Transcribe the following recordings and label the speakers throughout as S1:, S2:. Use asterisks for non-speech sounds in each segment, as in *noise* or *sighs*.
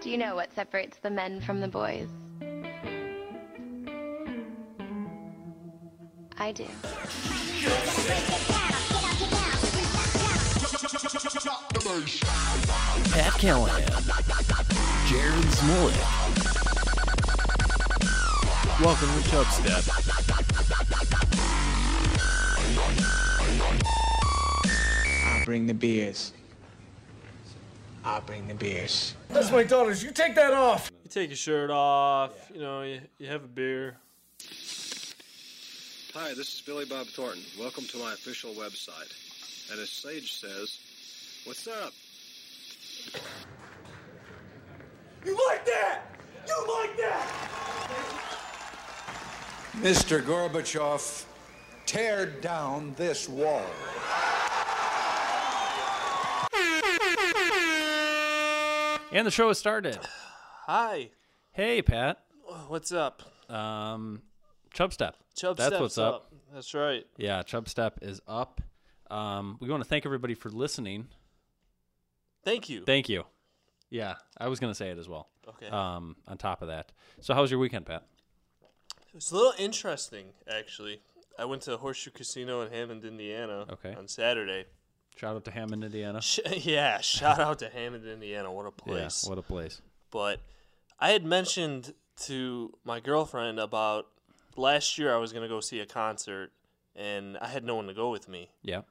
S1: Do you know what separates the men from the boys? I do.
S2: Pat Callahan, Jared Smolik. Welcome to Chub Step.
S3: I bring the beers. I bring the beers.
S4: That's my daughter's. You take that off.
S5: You take your shirt off. You know, you, you have a beer.
S6: Hi, this is Billy Bob Thornton. Welcome to my official website. And as Sage says, what's up?
S4: You like that? You like that?
S7: Mr. Gorbachev, tear down this wall.
S2: And the show has started.
S5: Hi,
S2: Hey, Pat.
S5: what's up?
S2: Um, Chub Step.
S5: Chubb
S2: That's
S5: steps
S2: what's up.
S5: That's right.
S2: Yeah, Chub Step is up. Um, we want to thank everybody for listening.
S5: Thank you.
S2: Thank you. Yeah, I was going to say it as well.
S5: Okay.
S2: Um, on top of that. So, how was your weekend, Pat?
S5: It's a little interesting, actually. I went to Horseshoe Casino in Hammond, Indiana
S2: Okay.
S5: on Saturday.
S2: Shout out to Hammond, Indiana.
S5: Sh- *laughs* yeah, shout out to Hammond, Indiana. What a place.
S2: Yeah, what a place.
S5: but I had mentioned to my girlfriend about last year I was going to go see a concert and I had no one to go with me.
S2: Yeah.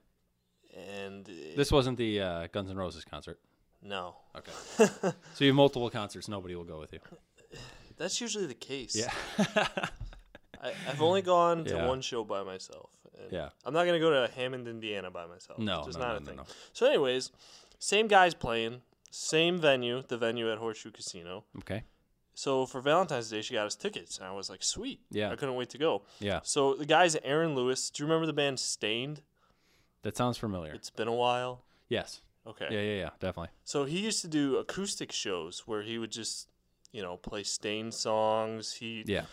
S5: And it-
S2: This wasn't the uh, Guns N' Roses concert.
S5: no.
S2: Okay. so you have multiple concerts. Nobody will go with you.
S5: *laughs* That's usually the case.
S2: Yeah. *laughs*
S5: I, I've only gone to
S2: Yeah.
S5: one show by myself. and
S2: Yeah.
S5: I'm not gonna go to Hammond, Indiana by myself.
S2: No,
S5: it's just
S2: no,
S5: not
S2: no,
S5: a
S2: no,
S5: thing.
S2: no.
S5: So, anyways, same guys playing, same venue, the venue at Horseshoe Casino.
S2: Okay.
S5: So for Valentine's Day, she got us tickets, and I was like, sweet.
S2: Yeah.
S5: I couldn't wait to go.
S2: Yeah.
S5: So the guys, Aaron Lewis. Do you remember the band Stained?
S2: That sounds familiar.
S5: It's been a while.
S2: yes.
S5: Okay.
S2: Yeah, yeah, yeah. Definitely.
S5: So he used to do acoustic shows where he would just, you know, play Stained songs. He
S2: Yeah.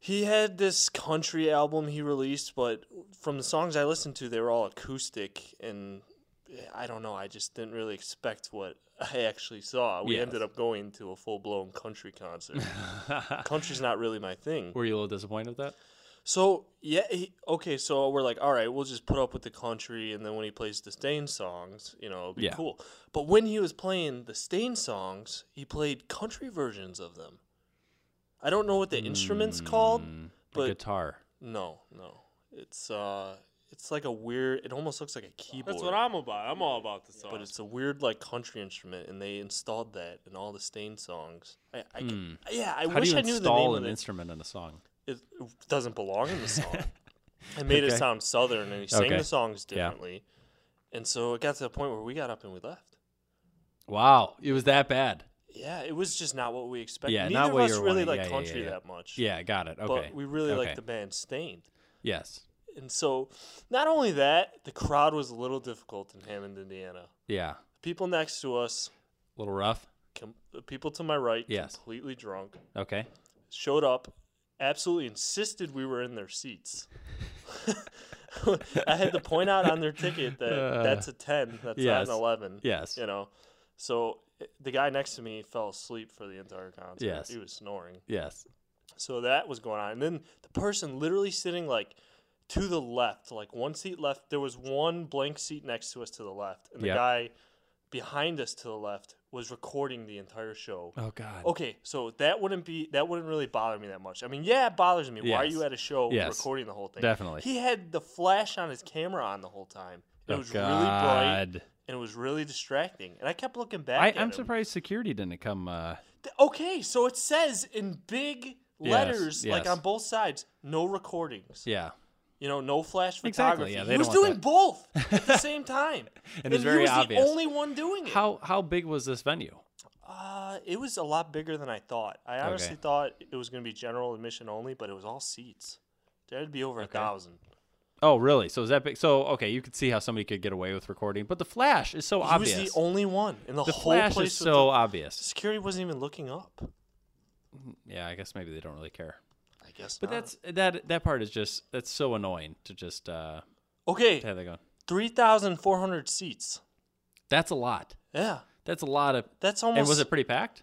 S5: He had this country album he released, but from the songs I listened to, they were all acoustic, and I don't know. I just didn't really expect what I actually saw. We
S2: Yes.
S5: ended up going to a full blown country concert.
S2: *laughs*
S5: Country's not really my thing.
S2: Were you a little disappointed with that?
S5: So yeah, he, okay. So we're like, all right, we'll just put up with the country, and then when he plays the Stain songs, you know, it'll be
S2: Yeah.
S5: cool. But when he was playing the Stain songs, he played country versions of them. I don't know what the instrument's called,
S2: The
S5: but
S2: Mm, guitar.
S5: no, no. It's uh it's like a weird it almost looks like a keyboard.
S8: I'm about. I'm all about the song.
S5: but it's a weird like country instrument and they installed that in all the Stain songs. I, I c- yeah, I
S2: Hmm. How do
S5: wish
S2: you
S5: I knew the name
S2: install
S5: of
S2: an
S5: it.
S2: instrument in a song?
S5: it it doesn't belong *laughs* in the
S2: *laughs*
S5: song. I made
S2: Okay.
S5: it sound southern and he sang
S2: Okay.
S5: the songs
S2: Yeah.
S5: differently. And so it got to the point where we got up and we left.
S2: Wow, it was that bad.
S5: Yeah, it was just not what we expected.
S2: Yeah,
S5: Neither
S2: not
S5: of
S2: what
S5: us
S2: you were
S5: really
S2: wanting.
S5: like
S2: Yeah, yeah,
S5: country
S2: yeah, yeah.
S5: that much.
S2: Yeah, got it. Okay.
S5: But we really
S2: okay.
S5: like the band Stained.
S2: Yes.
S5: And so, not only that, the crowd was a little difficult in Hammond, Indiana.
S2: Yeah.
S5: People next to us,
S2: A little rough.
S5: com- the people to my right,
S2: Yes.
S5: completely drunk,
S2: Okay.
S5: showed up, absolutely insisted we were in their seats. *laughs* I had to point out on their ticket that that's a 10, that's
S2: Uh, yes.
S5: not an 11.
S2: Yes.
S5: You know, so eh, the guy next to me fell asleep for the entire concert.
S2: Yes.
S5: He was snoring.
S2: Yes.
S5: So that was going on. And then the person literally sitting like to the left, like one seat left, there was one blank seat next to us to the left. And the
S2: Yep.
S5: guy behind us to the left was recording the entire show.
S2: Oh God.
S5: Okay, so that wouldn't be that wouldn't really bother me that much. I mean, yeah, it bothers me. Why are
S2: Yes.
S5: you at a show
S2: Yes.
S5: recording the whole thing?
S2: Definitely.
S5: He had the flash on his camera on the whole time. It
S2: Oh,
S5: was really bright
S2: God.
S5: and it was really distracting. And I kept looking back.
S2: I,
S5: at
S2: I'm
S5: him.
S2: surprised security didn't come. Uh,
S5: Th- Okay, so it says in big letters, like
S2: yes.
S5: on both sides, no recordings.
S2: yeah.
S5: You know, no flash photography.
S2: Exactly, yeah, they
S5: he was
S2: don't
S5: doing
S2: want
S5: both at
S2: *laughs*
S5: the same time,
S2: And it was very
S5: he was
S2: obvious.
S5: the only one doing it.
S2: How how big was this venue?
S5: Uh, it was a lot bigger than I thought. I honestly
S2: Okay.
S5: thought it was going to be general admission only, but it was all seats. There'd be over a thousand.
S2: Oh, really? So is that big? So okay, you could see how somebody could get away with recording, but the flash is so
S5: He
S2: obvious.
S5: was the only one, and the,
S2: The
S5: whole
S2: flash
S5: place
S2: is
S5: was
S2: so
S5: the-
S2: obvious.
S5: security wasn't even looking up.
S2: Yeah, I guess maybe they don't really care.
S5: I guess,
S2: But
S5: not.
S2: that's that that part is just that's so annoying to just uh to
S5: okay.
S2: have that going.
S5: Three thousand four hundred seats.
S2: That's a lot.
S5: Yeah,
S2: That's a lot of
S5: that's
S2: And was
S5: almost
S2: it pretty packed?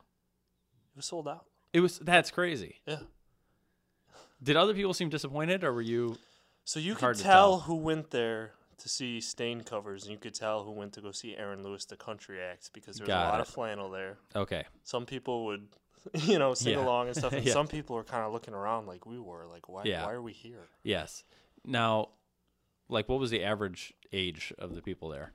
S5: was sold out.
S2: It was that's crazy.
S5: Yeah.
S2: Did other people seem disappointed, or were you?
S5: So you could
S2: Hard to
S5: tell,
S2: tell.
S5: who went there to see Stain covers, and you could tell who went to go see Aaron Lewis, the country act, because there was
S2: Got
S5: a lot
S2: it.
S5: of flannel there.
S2: Okay,
S5: Some people would, *laughs* you know, sing
S2: Yeah.
S5: along and
S2: *laughs*
S5: stuff, and
S2: Yeah.
S5: some people were kind of looking around like we were, like, why,
S2: Yeah.
S5: why are we here?
S2: yes. Now, like, what was the average age of the people there?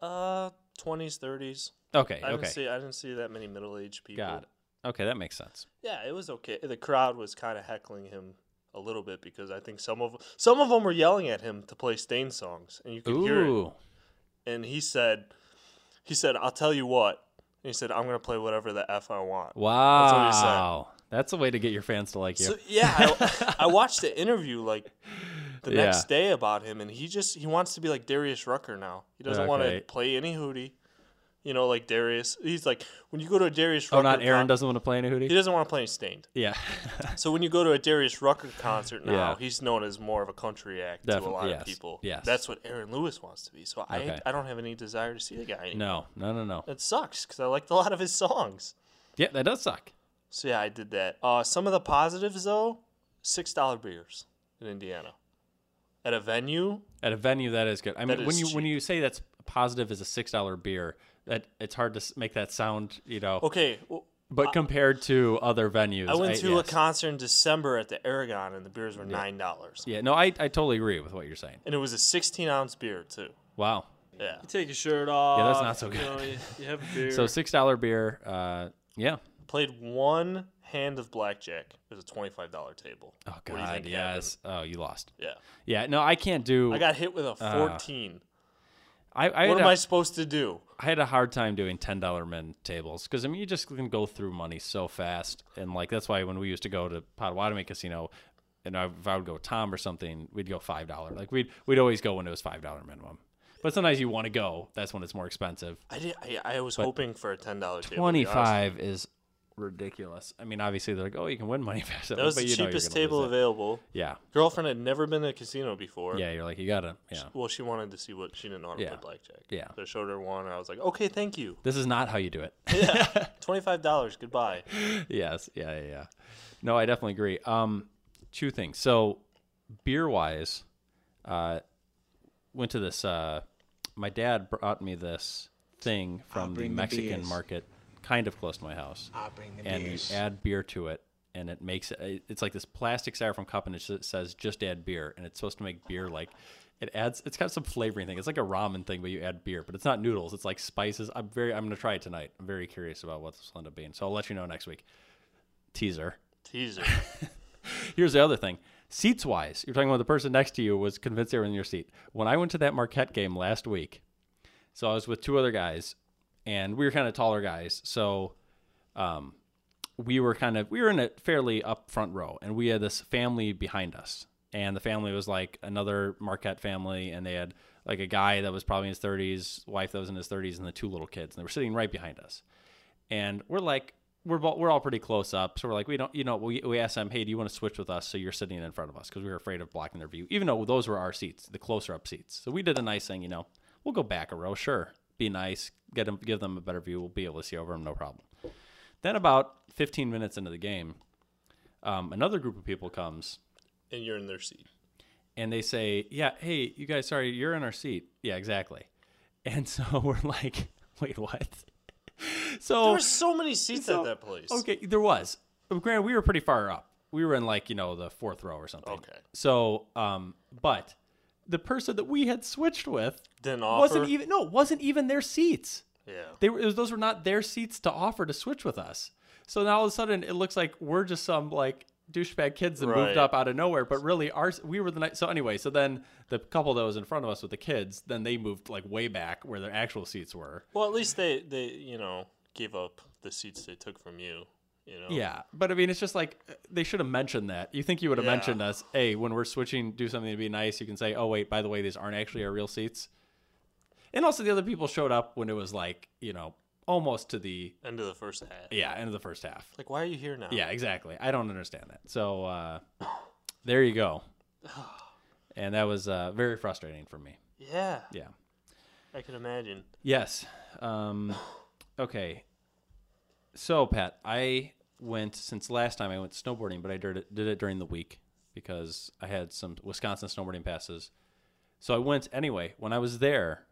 S5: Uh, twenties, thirties.
S2: Okay,
S5: I
S2: okay,
S5: didn't see, I didn't see that many middle-aged people.
S2: got it. Okay, that makes sense.
S5: Yeah, it was okay. The crowd was kind of heckling him a little bit because I think some of some of them were yelling at him to play Stain songs, and you could hear it.
S2: Ooh,
S5: and he said, he said, I'll tell you what. And he said, I'm gonna play whatever the f I want. what he said.
S2: wow, that's a way to get your fans to like you.
S5: So yeah, I, I watched the interview like the
S2: *laughs* Yeah.
S5: next day about him, and he just he wants to be like Darius Rucker now. He doesn't want to
S2: Okay.
S5: play any hootie, you know, like Darius. He's like when you go to a Darius.
S2: oh,
S5: Rucker
S2: not Aaron
S5: con-
S2: doesn't want to play in a
S5: He
S2: hoodie.
S5: doesn't want to play any stained.
S2: Yeah, *laughs*
S5: So when you go to a Darius Rucker concert now,
S2: Yeah.
S5: he's known as more of a country act
S2: Definitely,
S5: to a lot
S2: yes,
S5: of people.
S2: yes.
S5: that's what Aaron Lewis wants to be. So I
S2: Okay.
S5: I don't have any desire to see the guy. Anymore.
S2: no, no, no, no.
S5: It sucks because I liked a *laughs* lot of his songs.
S2: Yeah, that does suck.
S5: So yeah, I did that. Uh, some of the positives though, six dollar beers in Indiana, at a venue.
S2: At a venue, that is good. I mean,
S5: That
S2: when
S5: is
S2: you when
S5: cheap.
S2: you say that's positive is a six dollar beer, that it's hard to s- make that sound, you know.
S5: Okay, well,
S2: But compared to other venues,
S5: I went to a
S2: yes.
S5: concert in December at the Aragon, and the beers were nine dollars,
S2: Yeah, no, I, I totally agree with what you're saying.
S5: and it was a sixteen ounce beer too.
S2: Wow.
S5: Yeah,
S8: Take your shirt off.
S2: Yeah, that's not
S5: Uh,
S2: so
S8: You, know,
S2: good.
S8: you, you have a beer.
S2: *laughs* So six dollar beer. Uh, yeah.
S5: played one hand of blackjack. It was a twenty five dollar table.
S2: Oh
S5: do you
S2: God,
S5: think happened?
S2: yes. Oh, you lost.
S5: Yeah,
S2: Yeah, no, I can't do.
S5: I got hit with a fourteen.
S2: I, Uh, I,
S5: what
S2: had
S5: am I
S2: a,
S5: supposed to do?
S2: I had a hard time doing ten dollar men tables because I mean you just can go through money so fast and like that's why when we used to go to Potawatomi Casino. And I, if I would go with Tom or something, we'd go five dollar. Like we'd we'd always go when it was five dollar minimum. But sometimes you want to go. That's when it's more expensive.
S5: I did. I, I was hoping for a ten dollar table. to be honest with you.
S2: 25 is ridiculous. I mean, obviously they're like, oh, you can win money fast.
S5: That was
S2: but
S5: the
S2: you know you're
S5: cheapest
S2: gonna lose
S5: table
S2: it.
S5: available.
S2: Yeah,
S5: Girlfriend had never been to a casino before.
S2: yeah. You're like, you gotta. Yeah,
S5: Well, she wanted to see what she didn't know how to
S2: Yeah.
S5: play blackjack.
S2: Yeah.
S5: So I showed her one, and I was like, "Okay, thank you.
S2: this is not how you do it.
S5: Twenty five dollars. Goodbye."
S2: *laughs* yes, yeah, yeah, yeah. No, I definitely agree. Um, two things. So, beer wise, uh, went to this. Uh, my dad brought me this thing from the
S3: bring the
S2: Mexican
S3: beers.
S2: market, kind of close to my house.
S3: I'll Ah, bring the
S2: and you
S3: beers.
S2: add beer to it and it makes it it's like this plastic styrofoam cup and it s- says just add beer and it's supposed to make beer like it adds it's got some flavoring thing it's like a ramen thing but you add beer but it's not noodles it's like spices i'm very i'm gonna try it tonight i'm very curious about what this will end up being so i'll let you know next week teaser *laughs*
S5: Teaser.
S2: here's the other thing seats wise you're talking about the person next to you was convinced they were in your seat when i went to that marquette game last week so i was with two other guys and we were kind of taller guys so um, we were kind of we were in a fairly up front row and we had this family behind us and the family was like another marquette family and they had like a guy that was probably in his 30s wife that was in his 30s and the two little kids and they were sitting right behind us and we're like we're, bo- we're all pretty close up so we're like we don't you know we, we asked them hey do you want to switch with us so you're sitting in front of us because we were afraid of blocking their view even though those were our seats the closer up seats so we did a nice thing you know we'll go back a row sure be nice get them give them a better view we'll be able to see over them no problem then about 15 minutes into the game um, another group of people comes
S5: and you're in their seat.
S2: and they say, "Yeah, hey, you guys, sorry, you're in our seat." Yeah, exactly. And *laughs* so we're like, "Wait, what?" *laughs*
S5: There
S2: so
S5: were so many *laughs* seats
S2: Oh. so-
S5: at that place.
S2: okay, there was. Granted, we were pretty far up. We were in like you know the fourth row or something.
S5: Okay.
S2: So, um, but the person that we had switched with
S5: Didn't
S2: wasn't
S5: offer?
S2: even no wasn't even their seats.
S5: Yeah.
S2: They were it was, those were not their seats to offer to switch with us. So now all of a sudden it looks like we're just some like douchebag kids that moved
S5: Right.
S2: up out of nowhere, but really our we were the night. So anyway, so then the couple that was in front of us with the kids, then they moved like way back where their actual seats were.
S5: Well, at least they they you know gave up the seats they took from you. You know.
S2: Yeah, but I mean it's just like uh, they should have mentioned that. You think you would have
S5: Yeah.
S2: mentioned us? Hey, when we're switching, do something to be nice. You can say, oh wait, by the way, these aren't actually our real seats. And also the other people showed up when it was like you know almost to the
S5: End of the first half.
S2: yeah end of the first half.
S5: Like, why are you here now?
S2: Yeah, exactly. I don't understand that. So uh, there you go. And that was uh, very frustrating for me.
S5: Yeah.
S2: Yeah.
S5: I can imagine.
S2: Yes. Um, okay. So Pat, I went since last time I went snowboarding, but I did it, did it during the week because I had some Wisconsin snowboarding passes. So I went anyway. When I was there,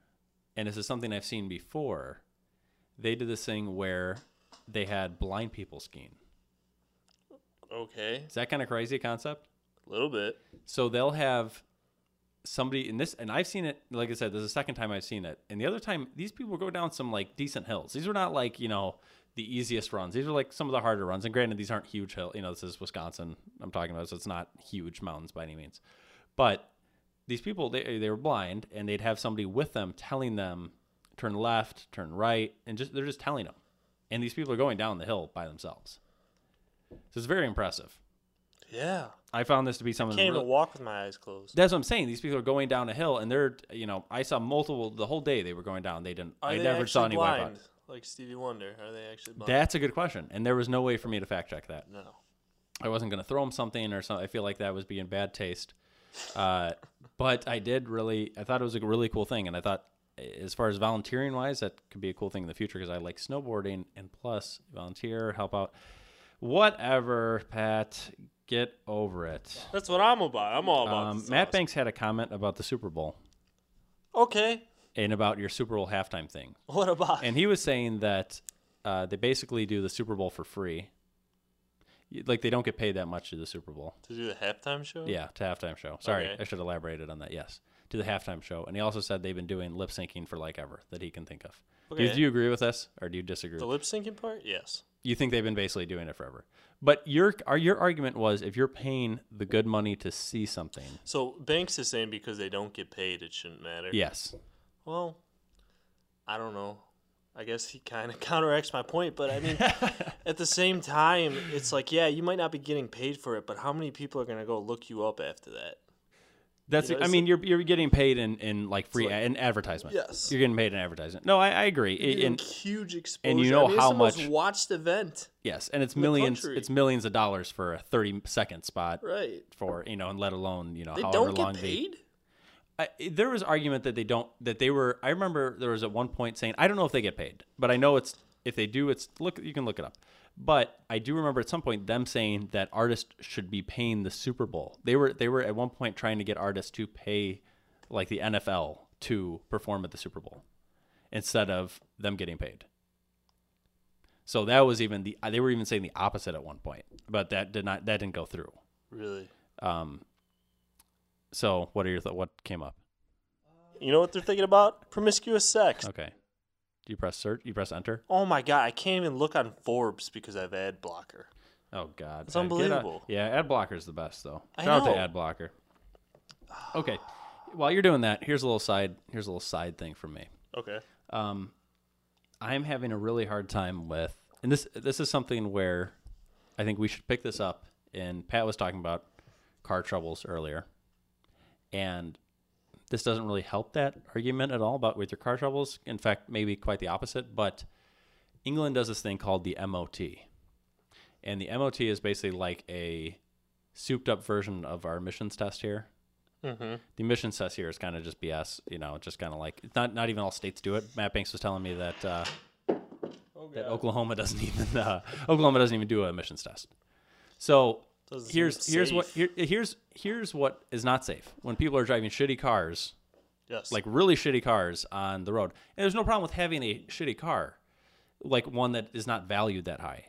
S2: and this is something I've seen before, they did this thing where they had blind people skiing.
S5: Okay,
S2: Is that kind of crazy concept?
S5: a little bit.
S2: So they'll have somebody in this, and I've seen it. Like I said, this is the second time I've seen it, and the other time these people go down some like decent hills. These are not like you know the easiest runs. These are like some of the harder runs. And granted, these aren't huge hill. You know, this is Wisconsin. I'm talking about, so it's not huge mountains by any means. But these people, they they were blind, and they'd have somebody with them telling them turn left, turn right, and just they're just telling them. And these people are going down the hill by themselves. So it's very impressive.
S5: Yeah,
S2: I found this to be something.
S5: can't
S2: really-
S5: even walk with my eyes closed.
S2: that's what I'm saying. These people are going down a hill, and they're you know I saw multiple the whole day they were going down. They didn't.
S5: Are
S2: I
S5: they
S2: never saw
S5: actually
S2: any wipeout.
S5: blind? Like Stevie Wonder, are they actually blind?
S2: That's a good question, and there was no way for me to fact check that.
S5: no.
S2: I wasn't going to throw him something or something. I feel like that was being bad taste. Uh, but I did really, I thought it was a really cool thing. And I thought, eh, as far as volunteering wise, that could be a cool thing in the future because I like snowboarding and plus volunteer, help out. Whatever, Pat, get over it.
S8: That's what I'm about. I'm all about
S2: Um,
S8: the
S2: Matt
S8: sauce.
S2: Banks had a comment about the Super Bowl
S5: Okay, *laughs*
S2: and about your Super Bowl halftime thing.
S5: what about?
S2: And he was saying that uh, they basically do the Super Bowl for free. Y- Like they don't get paid that much to the Super Bowl.
S5: to do the halftime show?
S2: Yeah, to halftime show. Sorry,
S5: Okay.
S2: I should have elaborated on that. Yes, to the halftime show. And he also said they've been doing lip syncing for like ever that he can think of. Do, you,
S5: Okay.
S2: do you agree with this or do you disagree?
S5: The lip syncing part? Yes.
S2: you think they've been basically doing it forever? But your our, your argument was if you're paying the good money to see something,
S5: So Banks is saying because they don't get paid, it shouldn't matter.
S2: yes,
S5: Well, I don't know. I guess he kind of *laughs* counteracts my point, but I
S2: *laughs*
S5: mean, at the same time, it's like, yeah, you might not be getting paid for it, but how many people are going to go look you up after that?
S2: that's.
S5: You know,
S2: I
S5: it's
S2: mean, you're you're getting paid in, in like free ad in advertisement.
S5: Yes.
S2: you're getting paid in advertisement. No, I, I agree. It-
S5: Getting
S2: and-
S5: huge exposure.
S2: you know
S5: I mean,
S2: how
S5: it's the most
S2: much-
S5: watched event,
S2: Yes, and it's
S5: the
S2: millions.
S5: country.
S2: It's millions of dollars for a thirty-second spot
S5: right?
S2: for you know, and let alone you know
S5: They
S2: however
S5: don't
S2: long
S5: get
S2: they.
S5: paid.
S2: I, there was argument that they don't that they were. I remember there was at one point saying I don't know if they get paid, but I know it's if they do, it's look you can look it up. But I do remember at some point them saying that artists should be paying the Super Bowl. They were they were at one point trying to get artists to pay like the NFL to perform at the Super Bowl instead of them getting paid. So that was even the they were even saying the opposite at one point, but that did not that didn't go through.
S5: Really?
S2: Um, so what are your th- what came up?
S5: You know what they're thinking about? Promiscuous sex.
S2: Okay. Do you press search? You press enter?
S5: Oh my god, I can't even look on Forbes because I have ad blocker.
S2: Oh God,
S5: It's
S2: man, get out-
S5: unbelievable.
S2: Yeah, ad blocker is the best though.
S5: I
S2: Shout out to
S5: know.
S2: ad blocker. Okay, while you're doing that, here's a little side. Here's a little side thing from me.
S5: Okay.
S2: Um, I'm having a really hard time with, and this this is something where I think we should pick this up. And Pat was talking about car troubles earlier, and this doesn't really help that argument at all about with your car troubles. In fact, maybe quite the opposite. But England does this thing called the MOT, and the MOT is basically like a souped up version of our emissions test here the emissions test here is kind of just BS. You know, just kind of like it's not not even all states do it. Matt Banks was telling me that uh,
S5: Oh,
S2: that Oklahoma doesn't *laughs* even uh, Oklahoma doesn't even do an emissions test. So
S5: Doesn't seem
S2: here's here's what here,
S5: safe.
S2: here's here's what is not safe when people are driving shitty cars
S5: Yes.
S2: like really shitty cars on the road. And there's no problem with having a shitty car, like one that is not valued that high.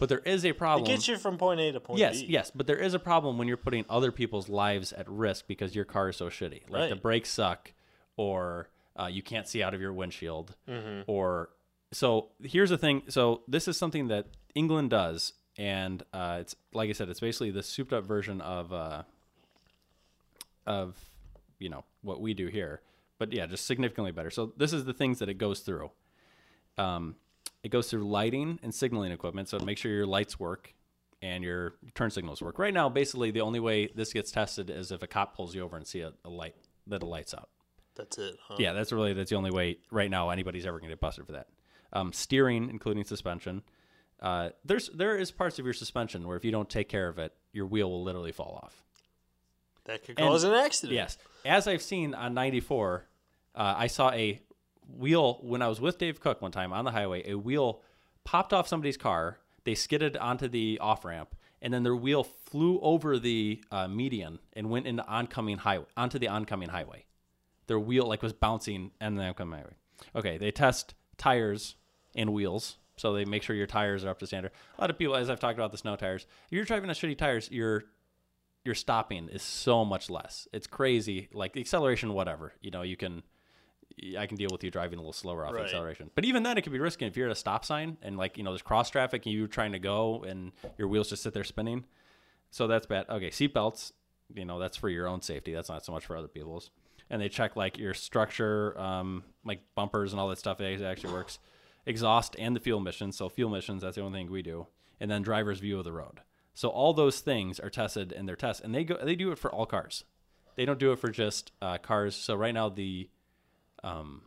S2: But there is a
S5: it
S2: problem.
S5: gets you from point A to point
S2: Yes,
S5: B.
S2: yes, but there is a problem when you're putting other people's lives at risk because your car is so shitty. Like the
S5: Right.
S2: brakes suck, or uh, you can't see out of your windshield,
S5: Mm-hmm.
S2: or so. Here's the thing. So this is something that England does, and uh, it's like I said, it's basically the souped-up version of uh, of you know what we do here, but yeah, just significantly better. So this is the things that it goes through. Um, it goes through lighting and signaling equipment, so make sure your lights work and your turn signals work. Right now, basically, the only way this gets tested is if a cop pulls you over and see a, a light that it lights out.
S5: That's it, huh?
S2: Yeah, that's really that's the only way right now anybody's ever going to get busted for that. Um, steering, including suspension, uh, there's there is parts of your suspension where if you don't take care of it, your wheel will literally fall off.
S5: That could
S2: And-
S5: cause an accident.
S2: Yes. As I've seen on 94, uh, I saw a wheel when I was with Dave Cook one time on the highway, a wheel popped off somebody's car. They skidded onto the off ramp, and then their wheel flew over the uh, median and went into oncoming highway onto the oncoming highway. Their wheel like was bouncing and the oncoming highway. Okay, they test tires and wheels, so they make sure your tires are up to standard. A lot of people, as I've talked about the snow tires, if you're driving on shitty tires, your your stopping is so much less. It's crazy. Like the acceleration, whatever you know, you can I can deal with you driving a little slower off the
S5: Right.
S2: acceleration. But even then, it could be risky if you're at a stop sign and like you know there's cross traffic and you're trying to go and your wheels just sit there spinning. So that's bad. Okay, seatbelts. You know that's for your own safety. That's not so much for other people's. And they check like your structure, um, like bumpers and all that stuff. It actually works. Exhaust and the fuel emissions. So fuel emissions. That's the only thing we do. And then driver's view of the road. So all those things are tested in their tests, and they go. They do it for all cars. They don't do it for just uh, cars. So right now the um,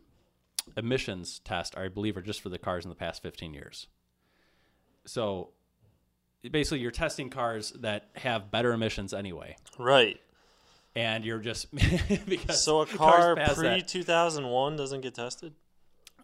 S2: emissions test, I believe, are just for the cars in the past 15 years. So basically, you're testing cars that have better emissions anyway,
S5: Right.
S2: and you're just *laughs* because
S5: So a car
S2: *laughs* cars past
S5: pre
S2: that,
S5: two thousand one doesn't get tested.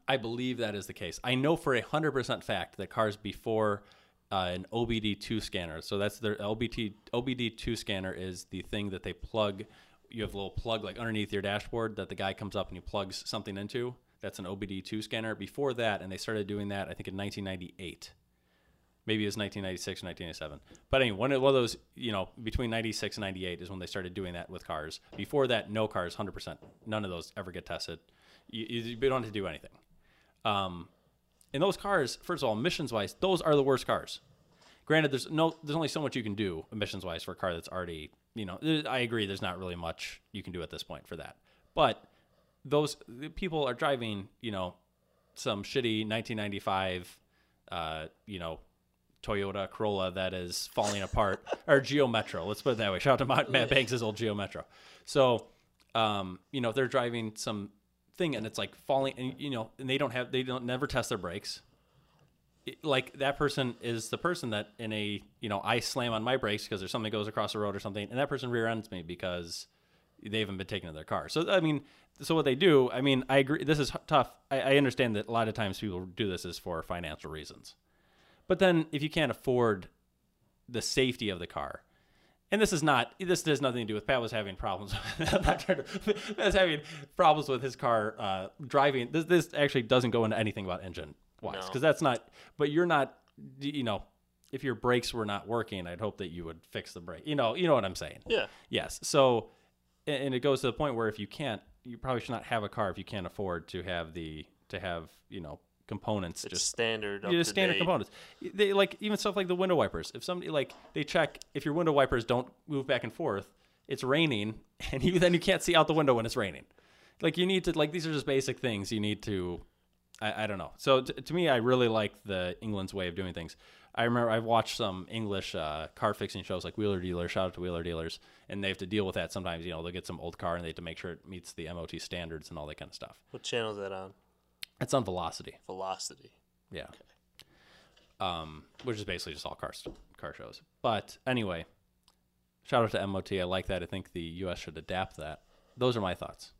S2: I believe that is the case. I know for a hundred percent fact that cars before uh, an OBD2 scanner, so that's their LBT OBD2 scanner is the thing that they plug. You have a little plug like underneath your dashboard that the guy comes up and he plugs something into. That's an OBD2 scanner. Before that, and they started doing that, I think in 1998. Maybe it was 1996 or 1997. But anyway, one of, one of those, you know, between 96 and 98 is when they started doing that with cars. Before that, no cars, 100%. None of those ever get tested. You, you, you don't have to do anything. Um, and those cars, first of all, emissions wise, those are the worst cars. Granted, there's no, there's only so much you can do emissions wise for a car that's already, you know, there- I agree, there's not really much you can do at this point for that. But those the people are driving, you know, some shitty 1995, uh, you know, Toyota Corolla that is falling apart, or Geo Metro. Let's put it that way. Shout out to Matt, Matt Banks' old Geo Metro. So, um, you know, if they're driving some thing and it's like falling, and you know, and they don't have, they don't never test their brakes. It- like that person is the person that in a, you know, I slam on my brakes because there's something that goes across the road or something, and that person rear ends me because they haven't been taken to their car. So I mean, so what they do, I mean, I agree. This is h- tough. I, I understand that a lot of times people do this is for financial reasons. But then if you can't afford the safety of the car, and this is not this has nothing to do with Pat was having problems. *laughs* I'm not trying to, Pat was having problems with his car uh, driving. This this actually doesn't go into anything about engine wise because that's not. But you're not. You know, if your brakes were not working, I'd hope that you would fix the brake. You know, you know what I'm saying.
S5: Yeah.
S2: Yes. So, and and it goes to the point where if you can't, you probably should not have a car if you can't afford to have the to have you know components
S5: It's
S2: just
S5: standard. Up
S2: yeah,
S5: to
S2: just standard
S5: date.
S2: components. They like even stuff like the window wipers. If somebody like they check if your window wipers don't move back and forth, it's raining, *laughs* and you then you can't see out the window when it's raining. Like you need to like these are just basic things you need to. I, I don't know. So t- to me, I really like the England's way of doing things. I remember I've watched some English uh, car fixing shows like Wheeler Dealer. Shout out to Wheeler Dealers, and they have to deal with that sometimes. You know, they'll get some old car and they have to make sure it meets the MOT standards and all that kind of stuff.
S5: What channel is that on?
S2: It's on Velocity.
S5: Velocity.
S2: Yeah. Um, which is basically just all car car shows. But anyway, shout out to MOT. I like that. I think the U.S. should adapt that. Those are my thoughts.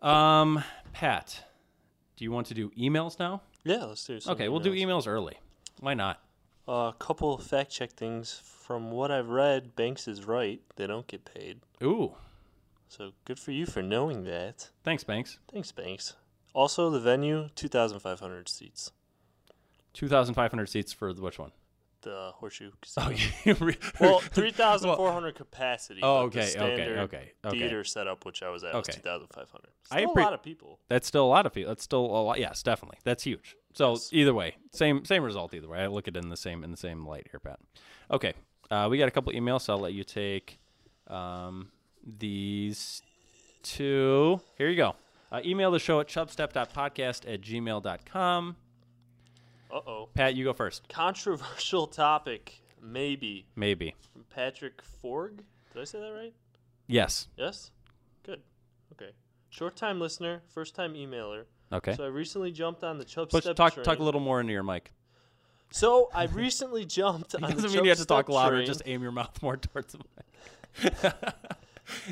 S2: Um, Pat, do you want to do emails now?
S5: Yeah, let's do. Some
S2: Okay, we'll do
S5: emails.
S2: emails early. Why not?
S5: A couple of fact check things. From what I've read, Banks is right. They don't get paid.
S2: Ooh,
S5: So good for you for knowing that.
S2: thanks, Banks.
S5: Thanks, Banks. Also, the venue, 2,500 seats.
S2: Two thousand five hundred seats for the- which one?
S5: The Horseshoe Casino.
S2: Oh, *laughs* You re-
S5: *laughs*
S2: *laughs*
S5: Well, 3,400 capacity.
S2: Oh,
S5: but the
S2: okay, okay,
S5: standard
S2: okay, okay.
S5: Theater setup, which I was at, was
S2: Okay.
S5: 2,500.
S2: I
S5: Still a
S2: appre-
S5: lot of people.
S2: That's still a lot of people. That's still a lot. Yes, definitely. That's huge. So either way, same same result either way. I look at it in the same in the same light here, Pat. Okay, uh, we got a couple emails. So I'll let you take um, these two. Here you go. Uh, email the show at chubstep.podcast at gmail.com.
S5: Uh-oh.
S2: Pat, you go first.
S5: Controversial *laughs* topic, maybe.
S2: Maybe.
S5: From Patrick Forg. Did I say that right?
S2: Yes.
S5: Yes? Good. Okay. Short time listener, first time emailer.
S2: Okay.
S5: So I recently jumped on the Chubb
S2: Push,
S5: Step
S2: talk
S5: train.
S2: talk a little more into your mic.
S5: So I recently *laughs* jumped *laughs* on the
S2: Doesn't mean
S5: Chubb
S2: you have to talk
S5: Step
S2: louder.
S5: train.
S2: Just aim your mouth more towards the mic.
S5: *laughs*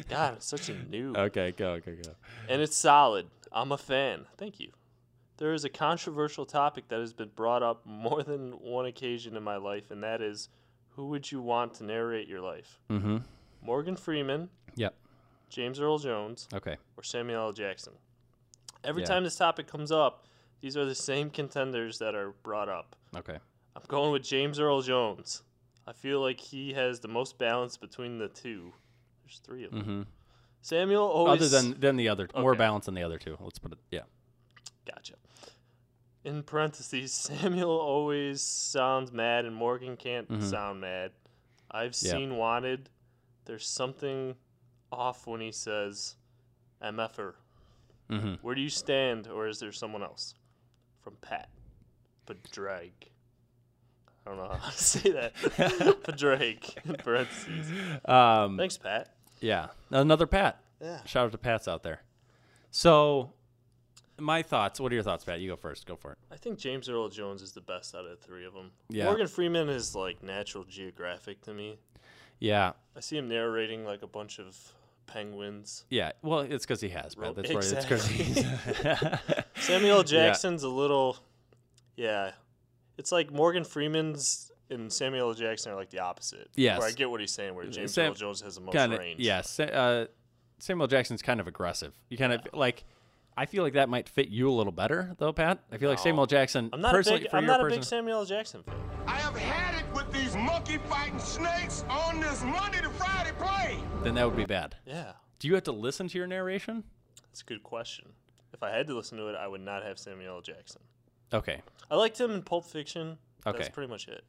S5: God, I'm such a noob.
S2: Okay. Go. Go. Go.
S5: And it's solid. I'm a fan. Thank you. There is a controversial topic that has been brought up more than one occasion in my life, and that is who would you want to narrate your life?
S2: Mm-hmm.
S5: Morgan Freeman,
S2: Yep.
S5: James Earl Jones,
S2: Okay.
S5: or Samuel L. Jackson. Every
S2: Yeah.
S5: time this topic comes up, these are the same contenders that are brought up.
S2: Okay.
S5: I'm going with James Earl Jones. I feel like he has the most balance between the two. There's three of them.
S2: Mm-hmm.
S5: Samuel
S2: Other
S5: always
S2: than than the other, more
S5: Okay.
S2: balanced than the other two. Let's put it. Yeah.
S5: gotcha. In parentheses, *laughs* Samuel always sounds mad, and Morgan can't sound mad. I've
S2: Mm-hmm. Yeah.
S5: seen Wanted. There's something off when he says "mf'er."
S2: Mm-hmm.
S5: Where do you stand, or is there someone else? From Pat. Padraig. I don't know how to *laughs* say that.
S2: *laughs*
S5: Padraig. In parentheses.
S2: Um,
S5: Thanks, Pat.
S2: yeah. Another Pat.
S5: Yeah.
S2: Shout out to Pat's out there. So, my thoughts. What are your thoughts, Pat? You go first. Go for it.
S5: I think James Earl Jones is the best out of the three of them.
S2: Yeah.
S5: Morgan Freeman is like natural geographic to me.
S2: Yeah.
S5: I see him narrating like a bunch of penguins.
S2: Yeah. Well, it's because he has,
S5: Ro-
S2: Pat. That's right. It's
S5: *laughs*
S2: because *laughs*
S5: Exactly.
S2: he's. *laughs*
S5: Samuel Jackson's a little, yeah. It's like Morgan Freeman's and Samuel L. Jackson are like the opposite.
S2: Yes. Mm,
S5: Where I get what he's saying, where James
S2: Sam-
S5: Earl Jones has the most
S2: kind of
S5: range.
S2: yeah. Sa- uh, Samuel Jackson's kind of aggressive. You kind of like. I feel like that might fit you a little better, though, Pat. I feel like Samuel Jackson
S5: I'm not
S2: personally
S5: a big,
S2: for
S5: I'm
S2: your
S5: not a
S2: person.
S5: big Samuel L. Jackson fan.
S4: I have had it with these monkey fighting snakes on this Monday to Friday play.
S2: then that would be bad.
S5: Yeah,
S2: Do you have to listen to your narration?
S5: that's a good question. If I had to listen to it, I would not have Samuel L. Jackson.
S2: Okay.
S5: I liked him in Pulp Fiction. That's
S2: Okay.
S5: pretty much it.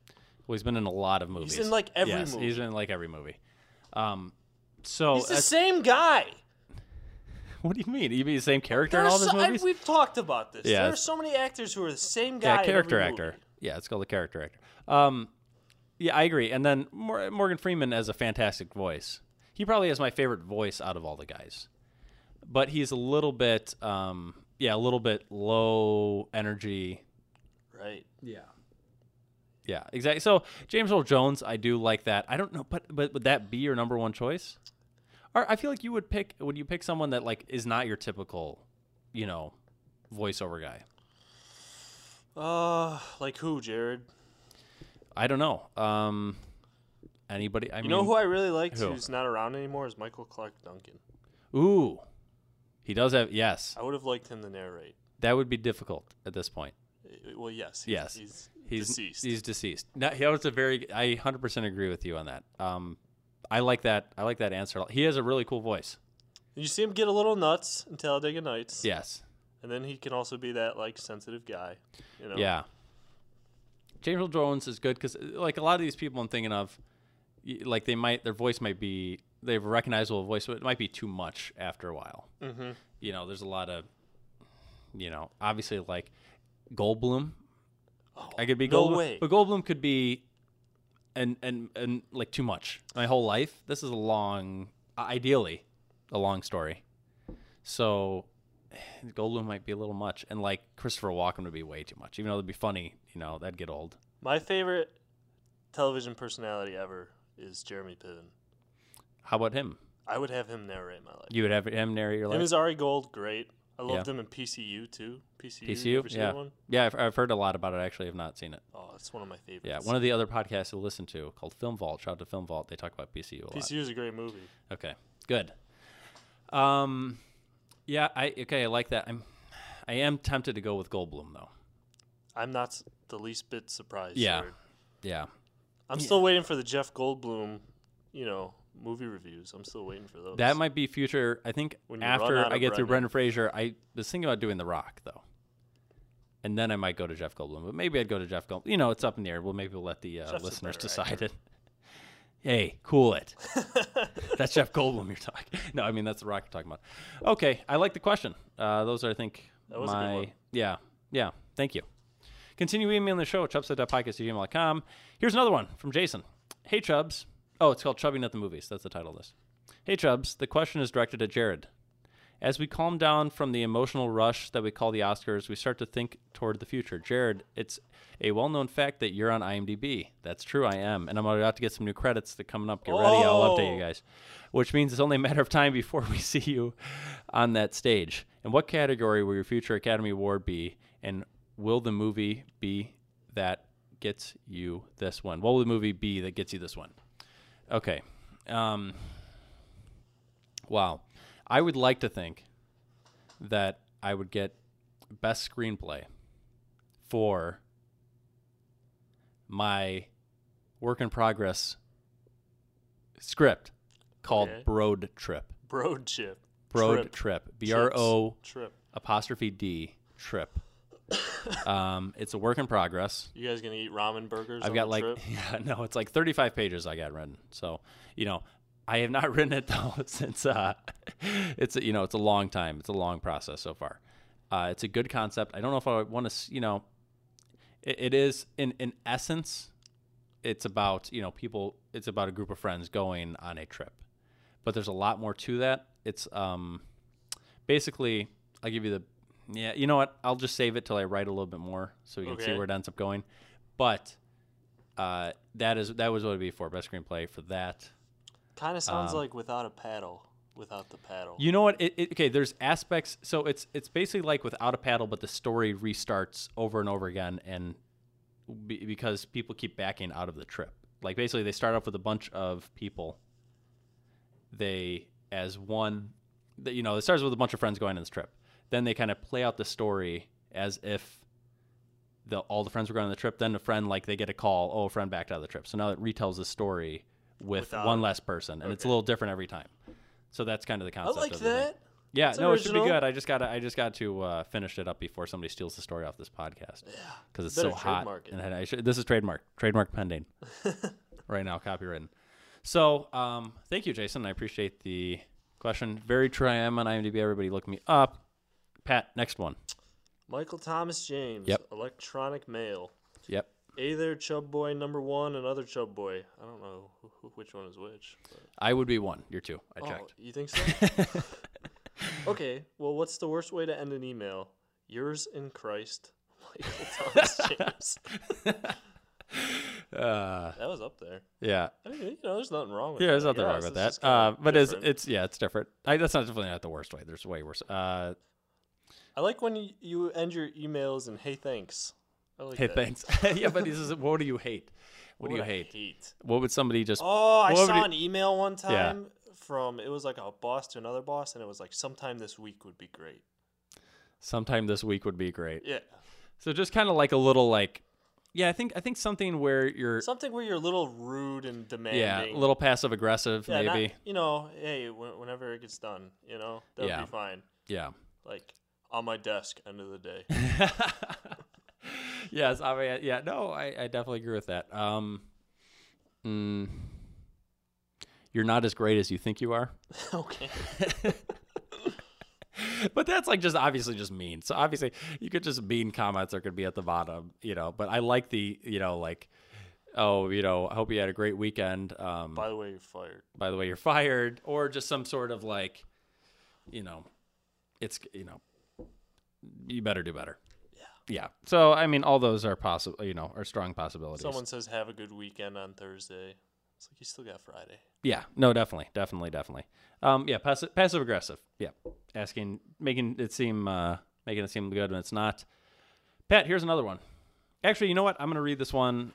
S2: Well, he's been in a lot of movies.
S5: He's in, like, every
S2: Yes,
S5: movie.
S2: He's in like every movie. Um, so
S5: He's the
S2: that's-
S5: same guy.
S2: *laughs* what do you mean? You mean the same character
S5: There are
S2: in all those
S5: so, I,
S2: movies?
S5: we've talked about this.
S2: Yeah.
S5: There are so many actors who are the same guy. in
S2: yeah,
S5: every
S2: character
S5: movie.
S2: actor. Yeah, it's called a character actor. Um, yeah, I agree. And then Mor- Morgan Freeman has a fantastic voice. He probably has my favorite voice out of all the guys. But he's a little bit, um, yeah, a little bit low energy.
S5: Right.
S2: Yeah, exactly. So James Earl Jones, I do like that. I don't know, but but would that be your number one choice? Or I feel like you would pick. Would you pick someone that like is not your typical, you know, voiceover guy?
S5: Uh, like who, Jared?
S2: I don't know. Um, anybody? I
S5: You
S2: mean,
S5: know who I really liked
S2: who?
S5: who's not around anymore is Michael Clark Duncan.
S2: Ooh, he does have. Yes,
S5: I would have liked him to narrate.
S2: that would be difficult at this point.
S5: Uh, Well, yes. He's,
S2: Yes,
S5: He's,
S2: he's
S5: deceased.
S2: He's deceased. No, he was a very. I hundred percent agree with you on that. Um, I like that. I like that answer. a lot. He has a really cool voice.
S5: you see him get a little nuts in Talladega Nights.
S2: Yes.
S5: And then he can also be that like sensitive guy. You know.
S2: Yeah. James Earl Jones is good because, like, a lot of these people I'm thinking of, y- like, they might, their voice might be, they have a recognizable voice, but it might be too much after a while. Mm-hmm. You know, there's a lot of, you know, obviously, like, Goldblum. I could be
S5: Oh, no
S2: Goldblum.
S5: way.
S2: But Goldblum could be, and, and, and, like, too much my whole life. This is a long, ideally, a long story. So *sighs* Goldblum might be a little much, and like Christopher Walken would be way too much. Even though it'd be funny, you know, that'd get old.
S5: My favorite television personality ever is Jeremy Piven.
S2: How about him?
S5: I would have him narrate my life.
S2: You would have him narrate your
S5: Him
S2: life.
S5: is Ari Gold, great. I loved
S2: Yeah.
S5: him in PCU too. PCU, you
S2: PCU,
S5: ever seen
S2: yeah,
S5: that one?
S2: yeah. I've, I've heard a lot about it. Actually, I've not seen it.
S5: Oh, it's one of my favorites.
S2: Yeah, one of the other podcasts I listen to called Film Vault. Shout out to Film Vault. They talk about PCU a lot.
S5: PCU is a great movie.
S2: Okay, good. Um, yeah, I okay. I like that. I'm, I am tempted to go with Goldblum though.
S5: I'm not s- the least bit surprised.
S2: Yeah.
S5: Jared.
S2: Yeah,
S5: I'm still waiting for the Jeff Goldblum, you know, movie reviews. I'm still waiting for those.
S2: that might be future. I think
S5: When you run
S2: after
S5: out of
S2: I get through
S5: Brendan.
S2: Brendan Fraser, I was thinking about doing The Rock though, and then I might go to Jeff Goldblum. But maybe I'd go to Jeff Goldblum. You know, it's up in the air. Well, maybe we'll let the uh,
S5: Jeff's a
S2: listeners
S5: better
S2: decide it. *laughs* hey, cool it. *laughs* that's Jeff Goldblum you're talking. *laughs* No, I mean that's The Rock you're talking about. Okay, I like the question. Uh, those are, I think,
S5: That was a good
S2: my
S5: one.
S2: yeah, yeah. Thank you. Continue emailing the show at chubs.podcast.gmail.com. Here's another one from Jason. Hey, Chubs. Oh, it's called Chubbing at the Movies. That's the title of this. Hey, Chubs. The question is directed at Jared. As we calm down from the emotional rush that we call the Oscars, we start to think toward the future. Jared, it's a well known fact that you're on IMDb. That's true, I am. And I'm about to get some new credits that coming up. Get ready, I'll update you
S5: Oh.
S2: guys. Which means it's only a matter of time *laughs* before we see you on that stage. And what category will your future Academy Award be? And will the movie be that gets you this one? What will the movie be that gets you this one? Okay. Um, wow. I would like to think that I would get best screenplay for my work in progress script called
S5: Okay.
S2: Broad Trip.
S5: Broad chip.
S2: Broad Trip. B R O
S5: Trip.
S2: apostrophe D Trip. *coughs* um, it's a work in progress.
S5: You guys gonna eat ramen burgers?
S2: I've
S5: on
S2: got
S5: the
S2: like
S5: trip?
S2: *laughs* yeah, no, it's like 35 pages I got written. So you know, I have not *laughs* written it though since uh, *laughs* it's a, you know it's a long time. It's a long process so far. Uh, it's a good concept. I don't know if I want to you know, it, it is in in essence, it's about you know people. It's about a group of friends going on a trip, but there's a lot more to that. It's um basically I'll give you the yeah. You know what? I'll just save it till I write a little bit more so we can see
S5: Okay.
S2: where it ends up going. But uh, that is that was what it'd be for best screenplay for that.
S5: Kind of sounds like without a paddle. Without the paddle.
S2: um, You know what? It, it, okay, there's aspects. So it's it's basically like without a paddle, but the story restarts over and over again, and be, because people keep backing out of the trip. Like basically, they start off with a bunch of people. They as one, that you know, it starts with a bunch of friends going on this trip. Then they kind of play out the story as if the all the friends were going on the trip. Then the friend like they get a call, oh, a friend backed out of the trip. So now it retells the story with
S5: Without-
S2: one less person, and it's a
S5: okay.
S2: little different every time. So that's kind of the
S5: I
S2: concept.
S5: like
S2: of the thing.
S5: that.
S2: Yeah,
S5: It's
S2: no, it should be
S5: original.
S2: good. I just got to I just got to uh, finish it up before somebody steals the story off this podcast. Yeah, because it's
S5: Better
S2: so hot.
S5: trademark it.
S2: And I should, this is trademark,
S5: *laughs*
S2: trademark pending, right now, copywritten. So, um, thank you, Jason. I appreciate the question. Very true. I am on IMDb. Everybody, look me up. Pat, next one.
S5: Michael Thomas James.
S2: Yep.
S5: Electronic mail.
S2: Yep.
S5: Hey there, Chub Boy number one, and other Chub Boy. I don't know who- who- which one is which. but- Oh,
S2: I would be one. You're two. I checked.
S5: you think so?
S2: *laughs*
S5: okay, well, what's the worst way to end an email? Yours in Christ, *laughs*
S2: *laughs*
S5: Michael Thomas James. *laughs* that was up there.
S2: Uh, Yeah.
S5: I mean, you know, there's nothing wrong with
S2: Yeah,
S5: that.
S2: there's nothing
S5: I
S2: wrong
S5: guess. It's
S2: with that.
S5: just kinda
S2: Uh, but it's
S5: different.
S2: it's yeah, it's different. I, that's not definitely not the worst way. There's way worse. Uh,
S5: I like when you, you end your emails in "Hey, thanks." I like
S2: hey,
S5: that.
S2: thanks. *laughs*
S5: *laughs*
S2: yeah, but he says, what do you hate? What, do you
S5: I
S2: hate? What would somebody just?
S5: Oh, I
S2: what would
S5: saw
S2: you-
S5: an email one time from it was like a boss to another boss, and it was like, "Sometime this week would be great."
S2: sometime this week would be great.
S5: Yeah,
S2: So just kind of like a little like, yeah, I think I think something where you're
S5: something where you're a little rude and demanding.
S2: yeah a little passive aggressive
S5: Yeah, not-
S2: maybe
S5: you know, hey, wh- whenever it gets done, you know, that'll
S2: Yeah.
S5: be fine.
S2: yeah
S5: Like on my desk, end of the
S2: *laughs*
S5: day.
S2: yes I mean yeah no I, I definitely agree with that um mm, you're not as great as you think you are
S5: okay.
S2: but that's like just obviously just mean. So obviously you could just mean comments or could be at the bottom, you know. But I like the you know like oh you know I hope you had a great weekend. Um,
S5: By the way, you're fired.
S2: by the way you're fired or just some sort of like you know it's you know you better do better. Yeah. Yeah. So I mean all those are possible. You know are strong possibilities.
S5: Someone says, "Have a good weekend" on Thursday. It's like you still got Friday.
S2: Yeah. No, definitely. Definitely. Definitely. Um, yeah. Passive, passive aggressive. Yeah. Asking, making it seem, uh, making it seem good when it's not. Pat, here's another one. Actually, you know what? I'm going to read this one.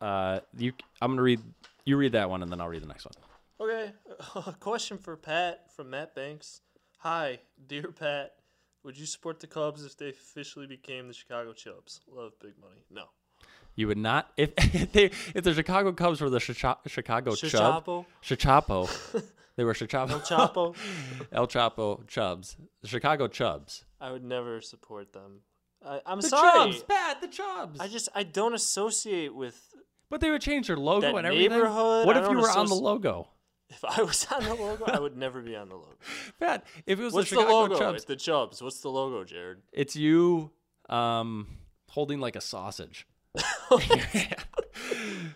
S2: Uh, you, I'm going to read, you read that one and then I'll read the next one.
S5: Okay. *laughs* A question for Pat from Matt Banks. Hi, dear Pat. Would you support the Cubs if they officially became the Chicago Chubs? Love big money. No.
S2: You would not, if, *laughs* if they, if the Chicago Cubs were the Chicha- Chicago Chub,
S5: Chichapo.
S2: Chichapo,
S5: *laughs*
S2: they were Chichapo, El
S5: Chapo.
S2: *laughs* El Chapo Chubs, Chicago Chubs.
S5: I would never support them. I, I'm
S2: The
S5: sorry.
S2: Chubs, Pat, the Chubs.
S5: I just I don't associate with *laughs*
S2: but they would change their logo
S5: That
S2: and everything.
S5: neighborhood,
S2: what
S5: I
S2: if you
S5: don't
S2: were on the
S5: associ-
S2: logo?
S5: If I was on the logo, I would never be on the logo.
S2: Pat, if it was
S5: What's
S2: the
S5: the,
S2: Chicago
S5: logo?
S2: Cubs,
S5: It's the Chubs. What's the logo, Jared?
S2: it's you um, holding like
S5: *laughs*
S2: a sausage. *laughs*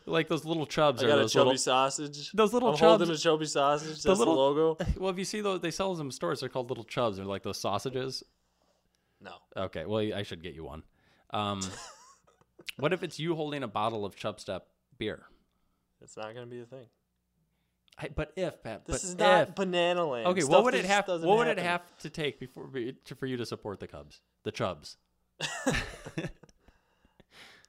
S2: like those little chubs
S5: I
S2: or
S5: got a
S2: those
S5: chubby
S2: little.
S5: sausage.
S2: those little
S5: I'm holding a
S2: Chubs-
S5: chubby sausage. That's
S2: little-
S5: the
S2: *laughs*
S5: logo.
S2: Well, if you see those, they sell them in stores. They're called little chubs. They're like those sausages.
S5: No.
S2: Okay, well, I should get you one. Um,
S5: *laughs*
S2: what if it's you holding a bottle of Chub Step beer?
S5: It's not gonna be a thing.
S2: I, but if Pat,
S5: This
S2: but
S5: is not
S2: if-
S5: banana land.
S2: okay,
S5: Stuff
S2: what would
S5: that
S2: it
S5: just
S2: have?
S5: doesn't
S2: What would it
S5: happen.
S2: have to take before be- to, for you to support the Cubs, the Chubs?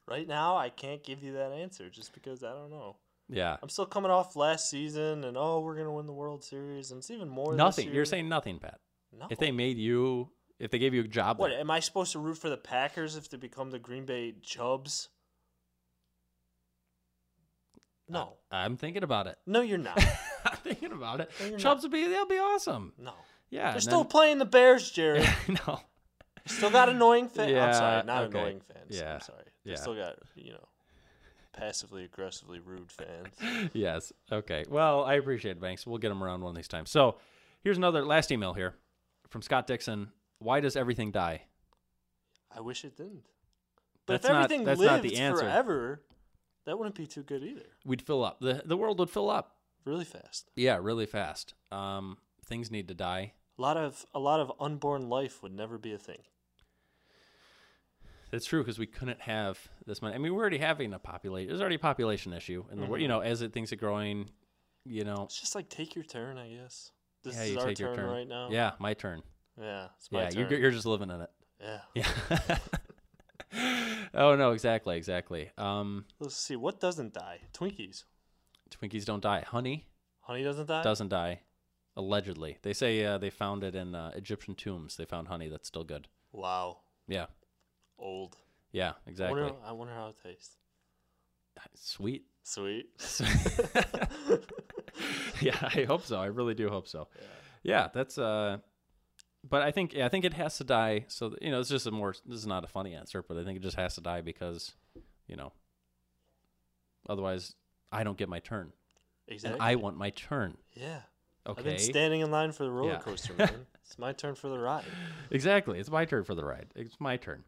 S5: Right now, I can't give you that answer just because I don't know.
S2: *laughs* Yeah.
S5: I'm still coming off last season, and oh, we're gonna win the World Series, and it's even more. this
S2: Nothing. You're
S5: year.
S2: saying nothing, Pat.
S5: no.
S2: If they made you, if they gave you a job,
S5: What
S2: there-
S5: am I supposed to root for the Packers if they become the Green Bay Chubs?
S2: Uh,
S5: No,
S2: I'm thinking about it.
S5: no, you're
S2: *laughs*
S5: not.
S2: I'm thinking about it.
S5: you're
S2: Chubs would be, that'll be awesome.
S5: No,
S2: Yeah.
S5: they're
S2: and
S5: still playing the Bears, Jared.
S2: *laughs* then, no.
S5: Still got annoying fans. I'm
S2: Yeah,
S5: sorry, not
S2: okay.
S5: annoying fans.
S2: Yeah,
S5: I'm sorry. They
S2: yeah.
S5: still got you know passively aggressively rude fans.
S2: Yes. Okay. Well, I appreciate it, Banks. We'll get him around one of these times. So here's another last email here from Scott Dixon. Why does everything die?
S5: I wish it didn't. But
S2: That's
S5: if
S2: not-
S5: everything
S2: that's
S5: lived
S2: not the answer.
S5: forever, that wouldn't be too good either.
S2: We'd fill up. The the world would fill up.
S5: Really fast.
S2: Yeah, really fast. Um, things need to die.
S5: A lot of a lot of unborn life would never be a thing.
S2: That's true because we couldn't have this many. I mean, we're already having a population. There's already a population issue, and the
S5: Mm-hmm.
S2: wor you know, as it things are growing, you know,
S5: It's just like take your turn, I guess. This
S2: yeah,
S5: is
S2: you
S5: our
S2: take
S5: turn,
S2: your turn
S5: right now.
S2: Yeah, my turn.
S5: Yeah. It's my
S2: yeah,
S5: turn.
S2: You're, you're just living in it.
S5: yeah.
S2: *laughs* Yeah. *laughs* oh no, exactly, exactly. Um,
S5: Let's see. What doesn't die? Twinkies.
S2: Twinkies don't die. Honey
S5: Honey doesn't die?
S2: doesn't die, allegedly. They say uh, they found it in uh, Egyptian tombs. They found honey that's still good.
S5: Wow.
S2: Yeah,
S5: Old.
S2: yeah,
S5: I
S2: exactly.
S5: wonder, I wonder how it tastes.
S2: *laughs* Sweet.
S5: Sweet. *laughs*
S2: *laughs* yeah, I hope so. I really do hope so. Yeah, that's uh but I think I think it has to die. So that- you know, it's just a more this is not a funny answer, but I think it just has to die because, you know, otherwise I don't get my turn.
S5: Exactly.
S2: And I want my turn.
S5: yeah. I've
S2: Okay.
S5: been standing in line for the roller
S2: Yeah.
S5: coaster,
S2: *laughs*
S5: man. it's my turn for the ride.
S2: exactly. It's my turn for the ride. It's my turn.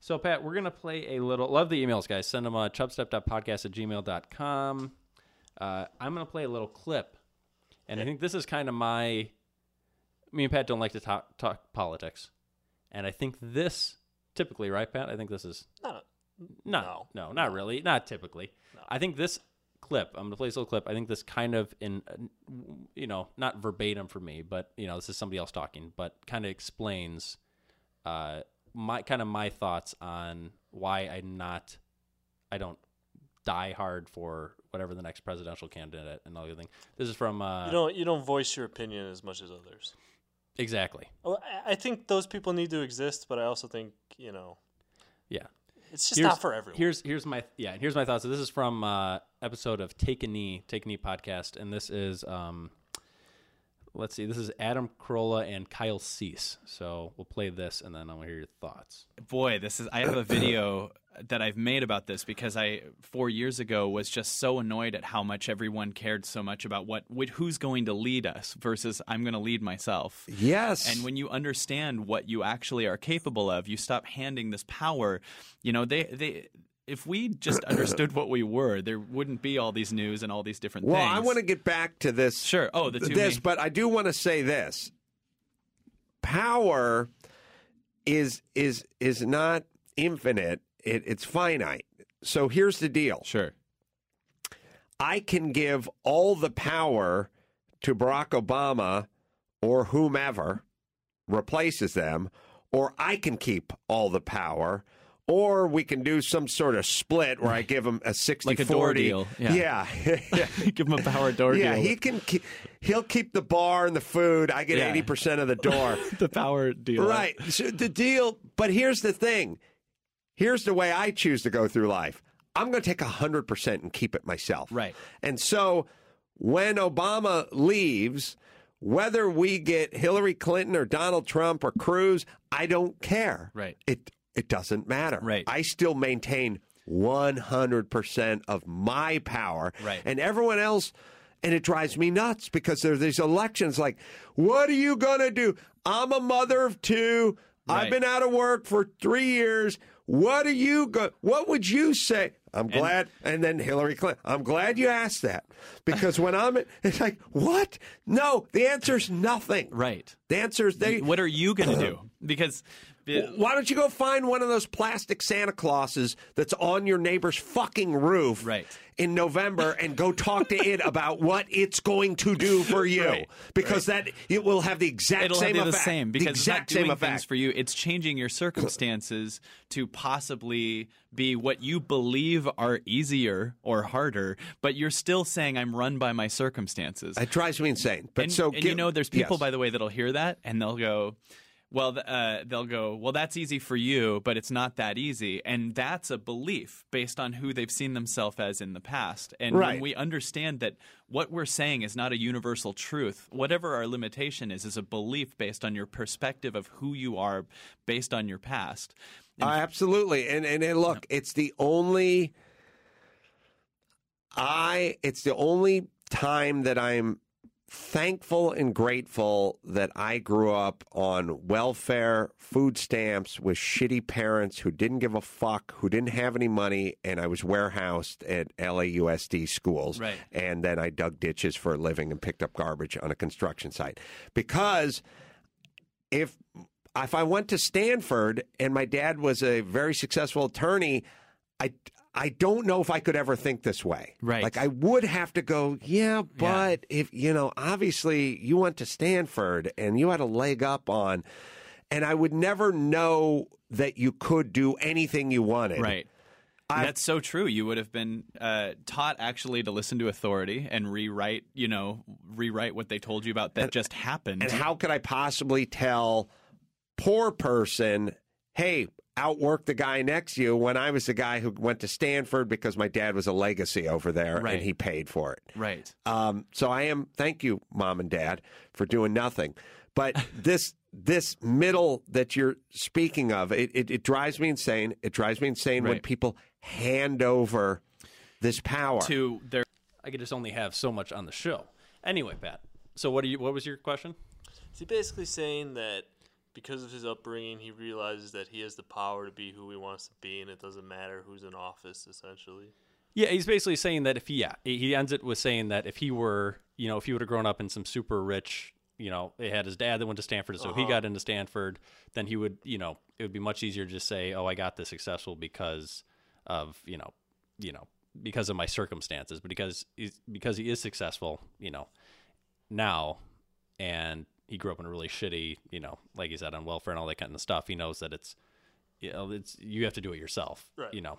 S2: So Pat, we're gonna play a little love the emails, guys. Send them uh chubstep.podcast at gmail.com. Uh I'm gonna play a little clip. And I think this is kind of my me and Pat don't like to talk talk politics. And I think this typically, right, Pat? I think this is
S5: No,
S2: no, no, not really, not typically. I think this clip, I'm gonna play this little clip. I think this kind of in, you know, not verbatim for me, but you know, this is somebody else talking, but kind of explains, uh, my kind of my thoughts on why I'm not, I don't die hard for whatever the next presidential candidate and all the other thing. This is from uh,
S5: you don't you don't voice your opinion as much as others.
S2: exactly,
S5: Oh, I- I think those people need to exist, but I also think you know
S2: yeah.
S5: it's just
S2: here's,
S5: not for everyone.
S2: Here's here's my yeah, and here's my thoughts. So this is from uh episode of Take a Knee, Take a Knee podcast, and this is um let's see, this is Adam Carolla and Kyle Cease. So we'll play this and then I'll hear your thoughts.
S9: boy, this is.
S10: *coughs*
S9: I have a video that I've made about this because I four years ago was just so annoyed at how much everyone cared so much about what wh- who's going to lead us versus I'm going to lead myself.
S10: Yes.
S9: And when you understand what you actually are capable of, you stop handing this power. You know, they they. If we
S10: *coughs*
S9: just understood what we were, there wouldn't be all these news and all these different
S10: Well,
S9: things.
S10: I want to get back to this.
S9: Sure. Oh, the two
S10: this,
S9: main-
S10: but I do want to say this. Power is is is not infinite. It, it's finite. So here's the deal.
S9: Sure.
S10: I can give all the power to Barack Obama or whomever replaces them, Um, or I can keep all the power, or we can do some sort of split where I give him um, a 60
S9: Like a door deal, yeah.
S10: yeah.
S9: *laughs* Give him a power door
S10: Yeah,
S9: deal.
S10: he can. Keep, he'll keep the bar and the food. I get
S9: Yeah.
S10: eighty percent of the door.
S9: *laughs* the power deal.
S10: right. So the deal. But here's the thing. Here's the way I choose to go through life. I'm going to take hundred percent and keep it myself.
S9: Right.
S10: And so when Obama leaves, whether we get Hillary Clinton or Donald Trump or Cruz, I don't care.
S9: Right.
S10: It it doesn't matter.
S9: Right.
S10: I still maintain 100% of my power.
S9: Right.
S10: And everyone else, and it drives me nuts because there are these elections like, what are you going to do? I'm a mother of two. I've
S9: Right.
S10: been out of work for three years. What are you go? What would you say? I'm glad. And, then Hillary Clinton. I'm glad you asked that because when I'm, it's like, what? No, the answer's nothing.
S9: Right.
S10: The answer's they. *clears throat*
S9: what are you going to do? Because
S10: Well, Why don't you go find one of those plastic Santa Clauses that's on your neighbor's fucking roof right. in November and go talk to it about what it's going to do
S9: *laughs*
S10: for you?
S9: Right,
S10: Because that it will have the exact
S9: It'll
S10: same
S9: have the
S10: effect.
S9: same because
S10: the exact
S9: it's not doing
S10: same
S9: things
S10: effect.
S9: for you. It's changing your circumstances to possibly be what you believe are easier or harder, but you're still saying I'm run by my circumstances.
S10: It drives me insane. But
S9: and,
S10: so
S9: and
S10: give-
S9: you know, there's people
S10: yes.
S9: by the way that'll hear that and they'll go. Well, th- uh, they'll go. Well, that's easy for you, but it's not that easy, and that's a belief based on who they've seen themselves as in the past. And
S10: Right.
S9: when we understand that what we're saying is not a universal truth, whatever our limitation is, is a belief based on your perspective of who you are, based on your past.
S10: Uh, absolutely. And, and and look, it's the only I it's the only time that I'm thankful and grateful that I grew up on welfare, food stamps with shitty parents who didn't give a fuck, who didn't have any money, and I was warehoused at LAUSD schools.
S9: Right.
S10: And then I dug ditches for a living and picked up garbage on a construction site. Because if if I went to Stanford and my dad was a very successful attorney, I I don't know if I could ever think this way. Right. Like I would have to go, yeah, but if you know, obviously you went to Stanford and you had a leg up on and I would never know that you could do anything you wanted.
S9: Right. That's so true. You would have been uh, taught actually to listen to authority and rewrite, you know, rewrite what they told you about that just happened.
S10: And how could I possibly tell poor person, hey, outwork the guy next to you when I was the guy who went to Stanford because my dad was a legacy over there
S9: Right.
S10: and he paid for it.
S9: Right.
S10: Um, so I am thank you, mom and dad, for doing nothing. But this this middle that you're speaking of, it, it, it drives me insane. It drives me insane when
S9: Right.
S10: people hand over this power.
S9: to their
S2: I could just only have so much on the show. Anyway, Pat. So what do you? What was your question?
S5: Is he basically saying that because of his upbringing, he realizes that he has the power to be who he wants to be, and it doesn't matter who's in office, essentially?
S2: Yeah, he's basically saying that if he, yeah, he ends it with saying that if he were, you know, if he would have grown up in some super rich, you know, they had his dad that went to Stanford, so he
S5: Uh-huh.
S2: got into Stanford, then he would, you know, it would be much easier to just say, oh, I got this successful because of, you know, you know, because of my circumstances, but because he's, because he is successful, you know, now, and he grew up in a really shitty, you know, like he said on welfare and all that kind of stuff. He knows that it's, you know, it's you have to do it yourself,
S5: Right.
S2: you know,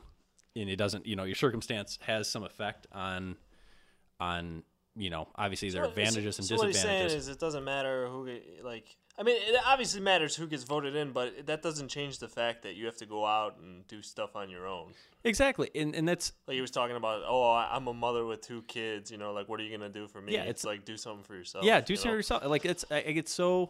S2: and it doesn't, you know, your circumstance has some effect on, on you know, obviously there are
S5: Well, it's-
S2: advantages and
S5: so What he's saying
S2: disadvantages.
S5: is it doesn't matter who, ge- like, I mean, it obviously matters who gets voted in, but that doesn't change the fact that you have to go out and do stuff on your own.
S2: exactly, and and that's
S5: Like he was talking about, oh, I- I'm a mother with two kids. You know, like, what are you gonna do for me?
S2: Yeah,
S5: it's,
S2: it's-
S5: like do something for yourself.
S2: yeah, do
S5: you
S2: something
S5: know?
S2: yourself. Like it's, I, I get so,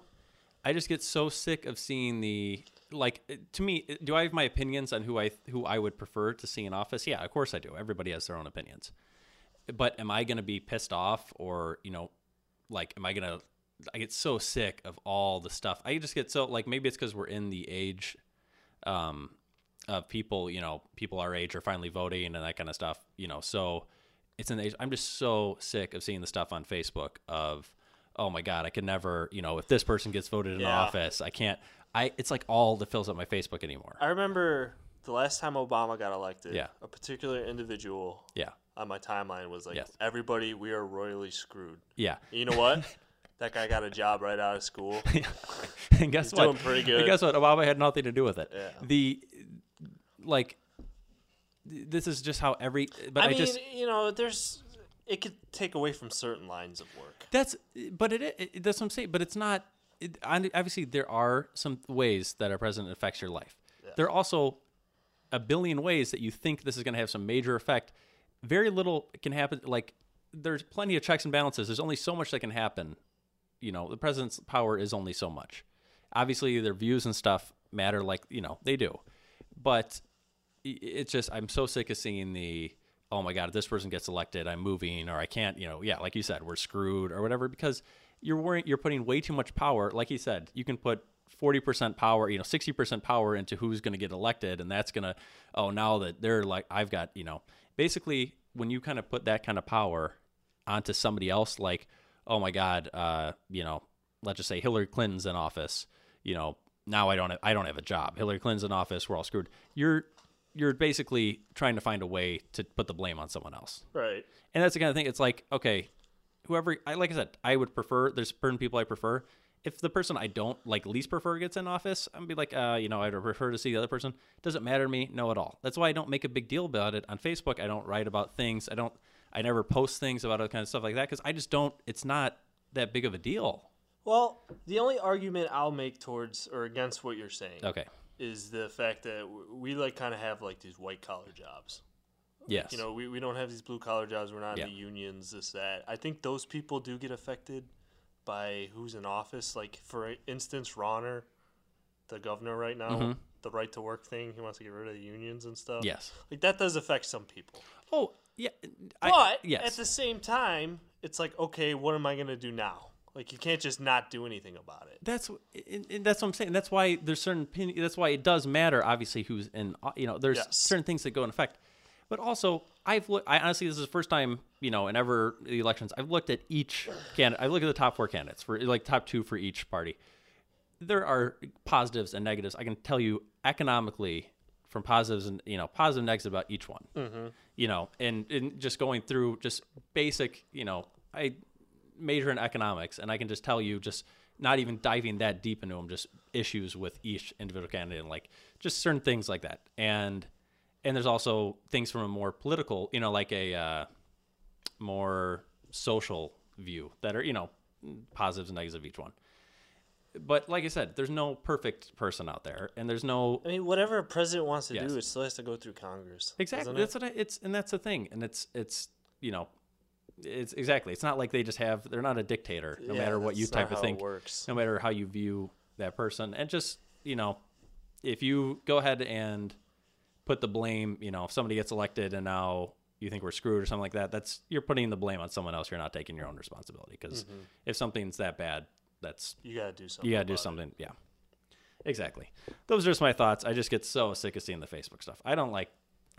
S2: I just get so sick of seeing the like. it- To me, it- do I have my opinions on who I who I would prefer to see in office? Yeah, of course I do. Everybody has their own opinions, but am I going to be pissed off or you know, like, am I going to? I get so sick of all the stuff. I just get so like maybe it's because we're in the age, um, of people you know people our age are finally voting and that kind of stuff. You know, so it's an age. I'm just so sick of seeing the stuff on Facebook of, oh my god, I could never, you know, if this person gets voted in
S5: Yeah.
S2: office, I can't. I it's like all that fills up my Facebook anymore.
S5: I remember the last time Obama got elected.
S2: Yeah.
S5: A particular individual
S2: Yeah,
S5: on my timeline was like,
S2: Yes.
S5: everybody, we are royally screwed.
S2: yeah.
S5: You know
S2: *laughs*
S5: what? that guy got a job right out of school.
S2: *laughs* and guess
S5: He's
S2: what?
S5: doing pretty good.
S2: And guess what? Obama had nothing to do with it.
S5: Yeah.
S2: The like, th- this is just how every. But I,
S5: I mean,
S2: just
S5: you know, there's it could take away from certain lines of work.
S2: That's, but it, it that's what I'm saying. But it's not. It, I- obviously, there are some ways that our president affects your life. There are also a billion ways that you think this is going to have some major effect. Very little can happen. Like there's plenty of checks and balances. There's only so much that can happen. You know, the president's power is only so much. Obviously, their views and stuff matter. Like you know, they do. But i- it's just I'm so sick of seeing the oh my god if this person gets elected I'm moving or I can't you know yeah like you said we're screwed or whatever because you're worrying you're putting way too much power like he said you can put 40% power you know 60% power into who's going to get elected and that's going to oh now that they're like I've got you know basically when you kind of put that kind of power onto somebody else like oh my god uh you know let's just say Hillary Clinton's in office you know now I don't have, I don't have a job. Hillary Clinton's in office. We're all screwed. You're you're basically trying to find a way to put the blame on someone else.
S5: Right.
S2: And that's the kind of thing. It's like okay, whoever I like I said I would prefer. There's certain people I prefer. If the person I don't like least prefer gets in office, I'm gonna be like, uh, you know, I'd prefer to see the other person. Doesn't matter to me, no at all. That's why I don't make a big deal about it on Facebook. I don't write about things. I don't. I never post things about other kind of stuff like that because I just don't. It's not that big of a deal.
S5: Well, the only argument I'll make towards or against what you're saying,
S2: Okay.
S5: is the fact that w- we like kind of have like these white collar jobs. Like,
S2: Yes.
S5: you know, we, we don't have these blue collar jobs. We're not
S2: Yeah.
S5: in the unions, this that. I think those people do get affected by who's in office. Like for instance, Ronner, the governor right now,
S2: Mhm.
S5: the right to work thing. He wants to get rid of the unions and stuff.
S2: Yes.
S5: like that does affect some people.
S2: Oh yeah, I-
S5: But
S2: yes.
S5: at the same time, it's like okay, what am I gonna do now? Like you can't just not do anything about it.
S2: That's and, and that's what I'm saying. That's why there's certain opinion. That's why it does matter. Obviously, who's in. uh, You know, there's
S5: Yes.
S2: certain things that go in effect. But also, I've looked. I honestly, this is the first time you know in ever the elections I've looked at each candidate. I looked at the top four candidates for like top two for each party. There are positives and negatives. I can tell you economically from positives and you know positive and negatives about each one.
S5: Mhm.
S2: You know, and and just going through just basic. You know, I major in economics, and I can just tell you, just not even diving that deep into them, just issues with each individual candidate, and like just certain things like that. And and there's also things from a more political, you know, like a uh, more social view that are you know positives and negatives of each one. But like I said, there's no perfect person out there, and there's no
S5: I mean, whatever a president wants to
S2: Yes.
S5: do, it still has to go through Congress.
S2: Exactly.
S5: doesn't
S2: That's
S5: it?
S2: what I, it's, and that's the thing. And it's, it's, you know, it's exactly. It's not like they just have. They're not a dictator. No
S5: Yeah,
S2: matter what you
S5: that's not
S2: type
S5: how
S2: of
S5: it
S2: thing.
S5: works.
S2: No matter how you view that person, and just you know, if you go ahead and put the blame, you know, if somebody gets elected and now you think we're screwed or something like that, that's you're putting the blame on someone else. You're not taking your own responsibility because
S5: Mhm.
S2: if something's that bad, that's
S5: You gotta do something
S2: You gotta do
S5: about it.
S2: something. Yeah, exactly. Those are just my thoughts. I just get so sick of seeing the Facebook stuff. I don't like.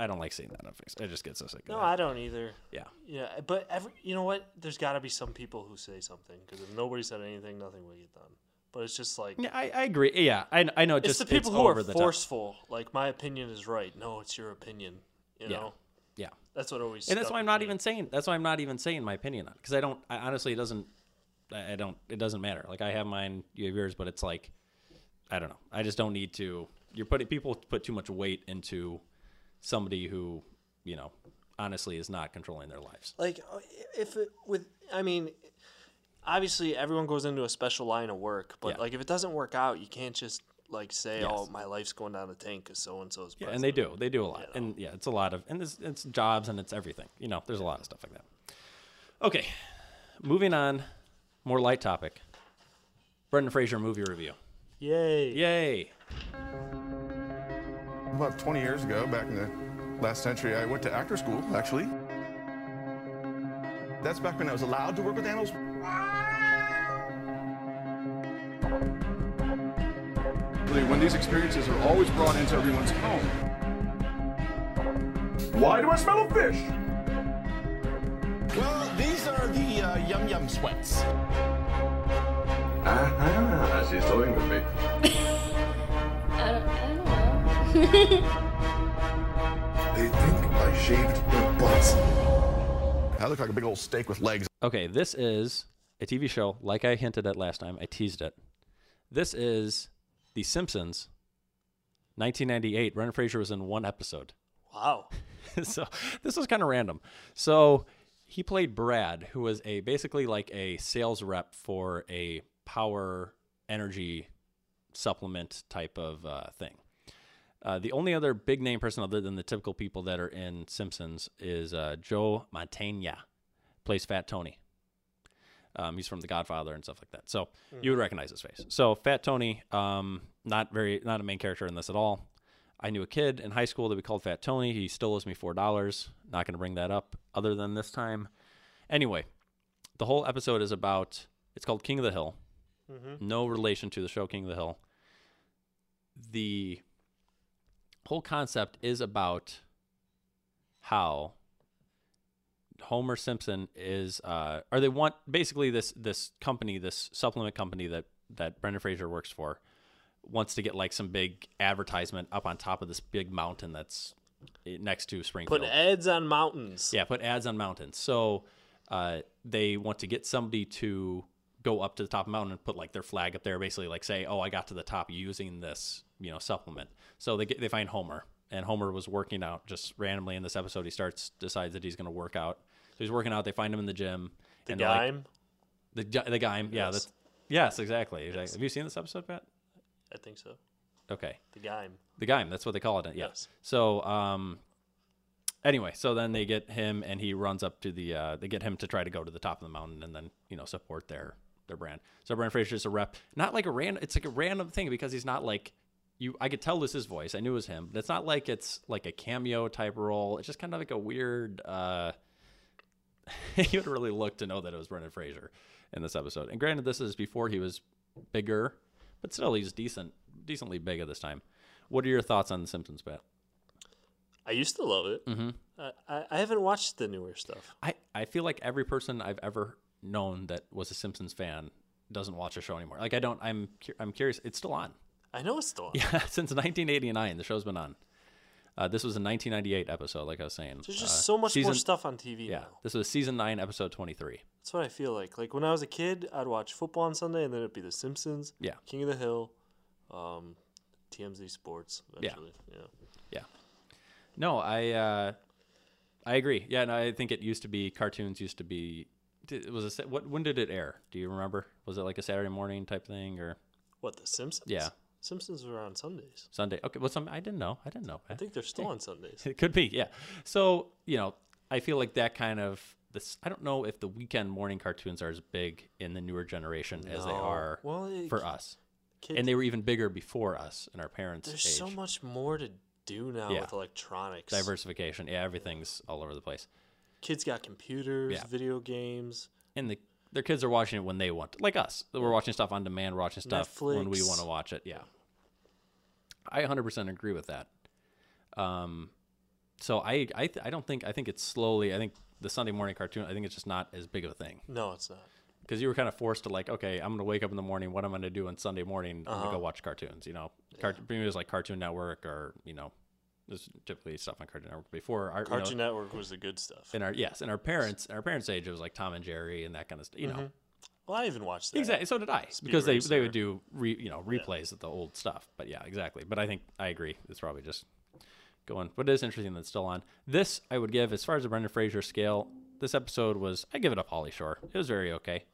S2: I don't like seeing that on Facebook. I just get so sick of
S5: No,
S2: that.
S5: I don't either.
S2: Yeah.
S5: Yeah, but every, you know what? There's got to be some people who say something because if nobody said anything, nothing will get done. But it's just like
S2: Yeah, I, I agree. Yeah, I, I know.
S5: it's
S2: just
S5: the people who
S2: over
S5: are
S2: the top.
S5: forceful. Like my opinion is right. No, it's your opinion. You
S2: Yeah.
S5: know.
S2: Yeah.
S5: That's what always.
S2: and that's
S5: stuck
S2: why I'm
S5: with
S2: not
S5: me.
S2: even saying. That's why I'm not even saying my opinion on because I don't. I honestly it doesn't. I I don't. It doesn't matter. Like I have mine, you have yours, but it's like, I don't know. I just don't need to. You're putting people put too much weight into somebody who, you know, honestly is not controlling their lives.
S5: Like uh, if it, with I mean, obviously everyone goes into a special line of work, but
S2: Yeah.
S5: like if it doesn't work out, you can't just like say,
S2: Yes.
S5: "Oh, my life's going down the tank" because so and so's.
S2: Yeah, and they do. They do a lot. And yeah, it's a lot of and it's, it's jobs and it's everything. You know, there's a lot of stuff like that. Okay, moving on. More light topic. Brendan Fraser movie review.
S5: Yay!
S2: Yay!
S11: About 20 years ago, back in the last century, I went to actor school, actually. That's back when I was allowed to work with animals. When these experiences are always brought into everyone's home. Why do I smell a fish? Well, these are the uh, yum yum sweats.
S6: Ah, she's toying with me.
S1: I don't, know.
S11: They think I shaved their butts. I look like a big old steak with legs.
S2: Okay, this is a TV show, like I hinted at last time. I teased it. This is The Simpsons, 1998. Brendan Fraser was in one episode.
S5: Wow.
S2: *laughs* so this was kind of random. So he played Brad, who was a basically like a sales rep for a power energy supplement type of uh, thing. Uh, the only other big name person other than the typical people that are in Simpsons is uh, Joe Mantegna, plays Fat Tony. Um, he's from The Godfather and stuff like that. So you would recognize his face. So Fat Tony, um, not very, not a main character in this at all. I knew a kid in high school that we called Fat Tony. He still owes me four dollars. Not going to bring that up other than this time. Anyway, the whole episode is about. It's called King of the Hill.
S5: Mhm.
S2: No relation to the show King of the Hill. The whole concept is about how Homer Simpson is, uh, or they want basically this this company, this supplement company that that Brendan Fraser works for, wants to get like some big advertisement up on top of this big mountain that's eh, next to Springfield.
S5: Put ads on mountains.
S2: Yeah, put ads on mountains. So uh, they want to get somebody to go up to the top of the mountain and put like their flag up there, basically like say, "Oh, I got to the top using this, you know, supplement." So they get, they find Homer, and Homer was working out just randomly in this episode. He starts decides that he's going to work out, so he's working out. They find him in the gym.
S5: The
S2: and they're like-
S5: Gaim?
S2: the gi- the guy. Yeah,
S5: Yes.
S2: that's yes, exactly. exactly. Have you seen this episode, Pat?
S5: I think so.
S2: Okay.
S5: The Gaim.
S2: The Gaim, that's what they call it. Yeah. Yes. So, um, anyway, so then they get him, and he runs up to the. Uh, they get him to try to go to the top of the mountain, and then you know support their their brand. So Brand Fraser is a rep, not like a random. It's like a random thing because he's not like you. I could tell this is his voice. I knew it was him, but it's not like it's like a cameo type role. It's just kind of like a weird. uh *laughs* you would really look to know that it was Brendan Fraser in this episode. And granted, this is before he was bigger, but still he's decent, decently big at this time. What are your thoughts on The Simpsons, Pat?
S5: I used to love it.
S2: Mhm.
S5: I, I, I haven't watched the newer stuff.
S2: I, I feel like every person I've ever known that was a Simpsons fan doesn't watch a show anymore. Like I don't. I'm cu- I'm curious. It's still on.
S5: I know it's still on.
S2: *laughs* Yeah, since 1989, the show's been on. Uh, this was a 1998 episode, like I was saying.
S5: There's
S2: Uh,
S5: just so much
S2: season-
S5: more stuff on TV
S2: Yeah,
S5: now.
S2: this was season nine, episode 23.
S5: That's what I feel like. Like when I was a kid, I'd watch football on Sunday, and then it'd be The Simpsons,
S2: Yeah.
S5: King of the Hill, um, TMZ Sports.
S2: Yeah.
S5: Eventually. Yeah.
S2: Yeah. No, I uh, I agree. Yeah, and I think it used to be cartoons used to be. did- It was a sa- what? When did it air? Do you remember? Was it like a Saturday morning type thing or
S5: What The Simpsons?
S2: Yeah.
S5: Simpsons were on Sundays.
S2: Sunday? Okay, well, some I didn't know. I didn't know.
S5: I
S2: *laughs*
S5: think they're still on Sundays.
S2: It could be, yeah. So you know, I feel like that kind of this. I don't know if the weekend morning cartoons are as big in the newer generation as they
S5: No.
S2: are
S5: Well, it-
S2: for us,
S5: kids-
S2: and they were even bigger before us and our parents.
S5: There's
S2: age.
S5: so much more to do now
S2: Yeah.
S5: with electronics.
S2: diversification. Yeah, everything's all over the place.
S5: Kids got computers,
S2: Yeah.
S5: video games.
S2: and the their kids are watching it when they want, to. like us. We're watching stuff on demand, we're watching stuff when we
S5: Netflix.
S2: want to watch it. Yeah, I 100% agree with that. Um, so I I th- I don't think I think it's slowly. I think the Sunday morning cartoon. I think it's just not as big of a thing
S5: No, it's not.
S2: because you were kind of forced to like, okay, I'm gonna wake up in the morning. What am I gonna do on Sunday morning? I'm gonna
S5: Uh-huh.
S2: go watch cartoons. You know, Cart- maybe it was like Cartoon Network or you know, there's typically stuff on Cartoon Network before our you know-
S5: Cartoon Network was the good stuff.
S2: In our yes, in our parents, in our parents' age, it was like Tom and Jerry and that kind of stuff. You know,
S5: Mhm. Well, I even watched that.
S2: Exactly. So did I,
S5: Speed
S2: because they, they
S5: Racer.
S2: would do re, you know replays of the old stuff. But yeah, exactly. But I think I agree. It's probably just going. But it is interesting that it's still on. This I would give as far as the Brendan Fraser scale. This episode was I give it a Polly Shore. It was very okay.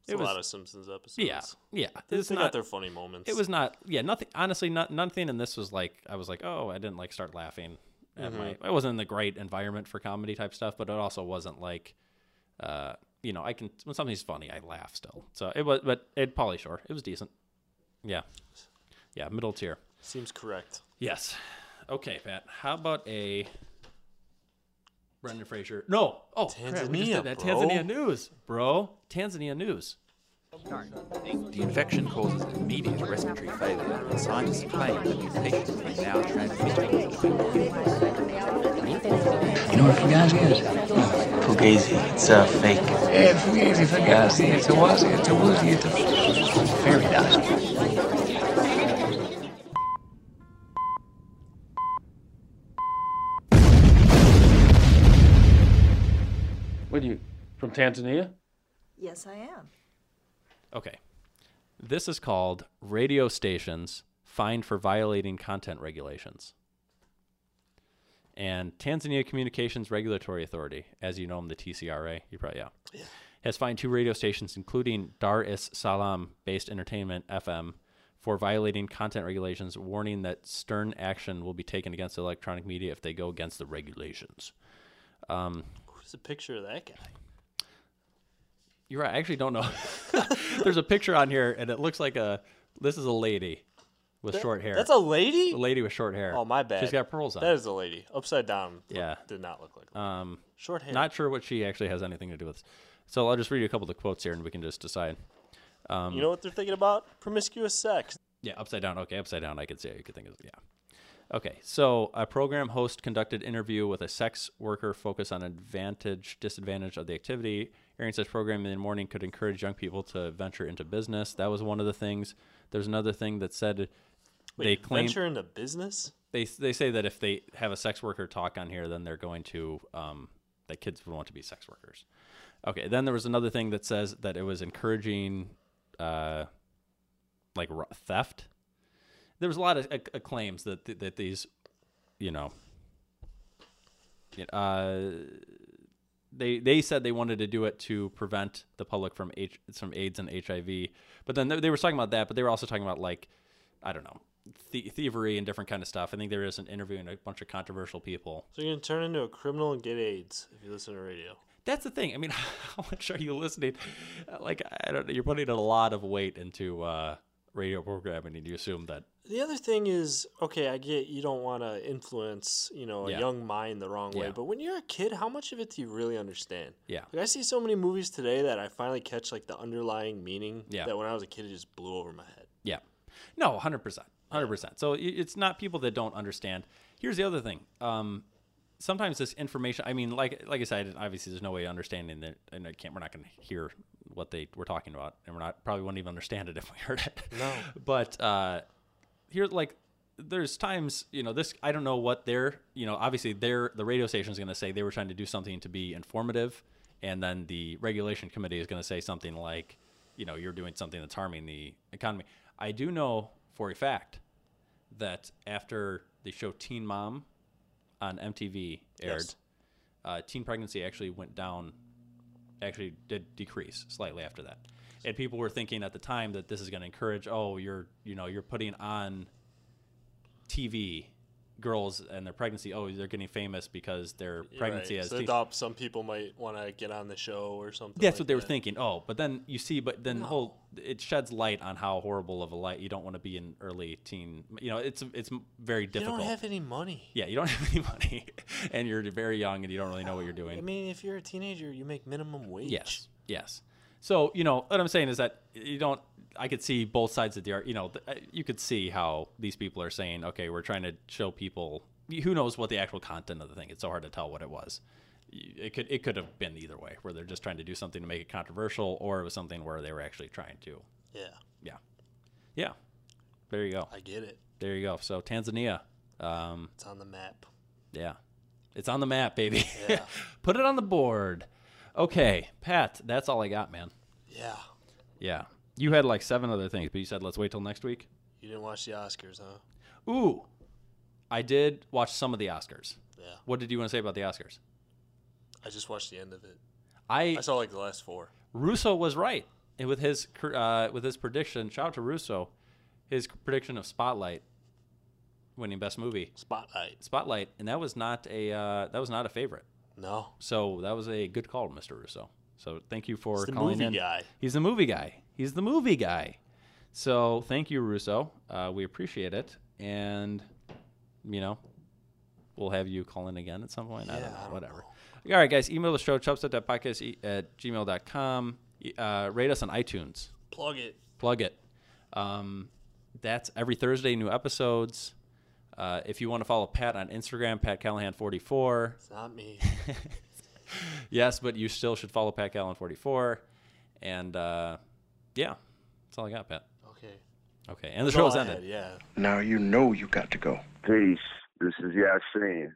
S5: It's
S2: it
S5: a
S2: was-
S5: lot of Simpsons episodes.
S2: Yeah, yeah.
S5: They,
S2: It's
S5: they
S2: not-
S5: got their funny moments.
S2: It was not. Yeah, nothing. Honestly, not nothing. And this was like I was like, oh, I didn't like start laughing. At my,
S5: Mhm.
S2: I wasn't in the great environment for comedy type stuff, but it also wasn't like, uh, you know, I can when something's funny, I laugh still. So it was, but it Polly Shore, it was decent. Yeah, yeah, middle tier.
S5: Seems correct.
S2: Yes. Okay, Pat. How about a Brendan Fraser? No. Oh, crap, we just
S5: Tanzania,
S2: did that.
S5: bro.
S2: Tanzania news, bro. Tanzania news.
S12: The infection causes immediate respiratory failure, and scientists claim that the patient may now transmit it.
S13: You know what Fugazi is? Fugazi. It's a fake. Yeah, Fugazi, Fugazi. It's a wazi, it's a woozy, it's a fairy dust.
S2: What are you from Tanzania?
S14: Yes, I am.
S2: Okay. This is called radio stations fined for violating content regulations. And Tanzania Communications Regulatory Authority, as you know them, the TCRA, you probably yeah, has fined two radio stations, including Dar es Salaam based entertainment FM, for violating content regulations, warning that stern action will be taken against electronic media if they go against the regulations. Um,
S5: Who's a picture of that guy?
S2: You're right. I actually don't know. *laughs* There's a picture on here, and it looks like a. This is a lady with
S5: That-
S2: short hair.
S5: that's a lady?
S2: A lady with short hair.
S5: Oh, my bad.
S2: She's got pearls on.
S5: That is a lady. Upside down. look-
S2: Yeah.
S5: Did not look like that.
S2: Um,
S5: Short hair.
S2: Not sure what she actually has anything to do with. So I'll just read you a couple of the quotes here, and we can just decide. Um,
S5: you know what they're thinking about? Promiscuous sex.
S2: Yeah, upside down. Okay, upside down. I could say. I could think of. Yeah. Okay, so a program host conducted interview with a sex worker focused on advantage, disadvantage of the activity. Airing such program in the morning could encourage young people to venture into business. That was one of the things. There's another thing that said
S5: Wait,
S2: they claim
S5: venture into business.
S2: they they say that if they have a sex worker talk on here, then they're going to um, that kids would want to be sex workers. Okay, then there was another thing that says that it was encouraging, uh, like ro- theft. There was a lot of uh, uh, claims that th- that these, you know, you know, uh, they they said they wanted to do it to prevent the public from H, from AIDS and HIV. But then they, they were talking about that, but they were also talking about like I don't know th- thievery and different kind of stuff. I think there is an interview and a bunch of controversial people.
S5: So you're gonna turn into a criminal and get AIDS if you listen to radio.
S2: That's the thing. I mean, *laughs* how much are you listening? Uh, Like I don't know. You're putting a lot of weight into uh, radio programming, and you assume that
S5: The other thing is, okay, I get you don't want to influence, you know, a
S2: Yeah.
S5: young mind the wrong way,
S2: Yeah.
S5: but when you're a kid, how much of it do you really understand?
S2: Yeah.
S5: Like I see so many movies today that I finally catch like the underlying meaning
S2: Yeah.
S5: that when I was a kid it just blew over my head.
S2: Yeah. No, 100%. 100%. So i- it's not people that don't understand. Here's the other thing. Um, sometimes this information, I mean, like like I said, obviously there's no way of understanding that, and I can't, we're not going to hear what they were talking about, and we're not probably wouldn't even understand it if we heard it.
S5: No.
S2: *laughs* But uh, here, like, there's times, you know, this, I don't know what they're, you know, obviously they're, the radio station is going to say they were trying to do something to be informative, and then the regulation committee is going to say something like, you know, you're doing something that's harming the economy. I do know for a fact that after the show Teen Mom on MTV aired,
S5: Yes.
S2: uh, teen pregnancy actually went down, actually did decrease slightly after that. And people were thinking at the time that this is going to encourage, oh, you're, you know, you're putting on TV girls and their pregnancy. Oh, they're getting famous because their
S5: You're
S2: pregnancy
S5: right.
S2: has
S5: so they
S2: teen-
S5: thought some people might want to get on the show or something.
S2: that's
S5: like
S2: what they were
S5: that.
S2: thinking. Oh, but then you see, but then the whole it sheds light on how horrible of a light you don't want to be in early teen. You know, it's it's very difficult.
S5: You don't have any money.
S2: yeah, you don't *laughs* have any money, and you're very young, and you don't really know what you're doing.
S5: I mean, if you're a teenager, you make minimum wage.
S2: Yes. Yes. So, you know, what I'm saying is that you don't, I could see both sides of the art. You know, th- I- you could see how these people are saying, okay, we're trying to show people, who knows what the actual content of the thing, it's so hard to tell what it was. Y- It could, it could have been either way, where they're just trying to do something to make it controversial, or it was something where they were actually trying to.
S5: Yeah,
S2: Yeah. Yeah. There you go.
S5: I get it.
S2: There you go. So, Tanzania. Um,
S5: It's on the map.
S2: yeah. It's on the map, baby.
S5: Yeah.
S2: *laughs* Put it on the board. Okay, Pat, that's all I got, man.
S5: Yeah.
S2: Yeah. You had like seven other things, but you said let's wait till next week.
S5: You didn't watch the Oscars, huh?
S2: Ooh. I did watch some of the Oscars.
S5: Yeah.
S2: What did you want to say about the Oscars?
S5: I just watched the end of it.
S2: I
S5: I saw like the last four.
S2: Russo was right and with his cr- uh, with his prediction. Shout out to Russo, his prediction of Spotlight winning best movie.
S5: Spotlight.
S2: Spotlight, and that was not a uh, that was not a favorite.
S5: No.
S2: So that was a good call, Mr. Russo. So thank you for
S5: He's the
S2: calling
S5: movie
S2: in.
S5: guy.
S2: He's the movie guy. He's the movie guy. So thank you, Russo. Uh, we appreciate it, and you know, we'll have you call in again at some point. I
S5: Yeah,
S2: don't know.
S5: I don't
S2: whatever. All right, guys. Email the show chubstep.podcast e, at gmail.com. Uh, rate us on iTunes.
S5: Plug it.
S2: Plug it. Um, that's every Thursday. New episodes. Uh, if you want to follow Pat on Instagram, Pat Callahan forty four.
S5: It's not me.
S2: Yes, but you still should follow Pat Allen 44. And uh, yeah, that's all I got, Pat.
S5: Okay.
S2: Okay, and the
S5: That's all
S2: show's
S5: I
S2: ended.
S5: had, Yeah.
S14: Now you know you got to go. Peace. This is Yasin.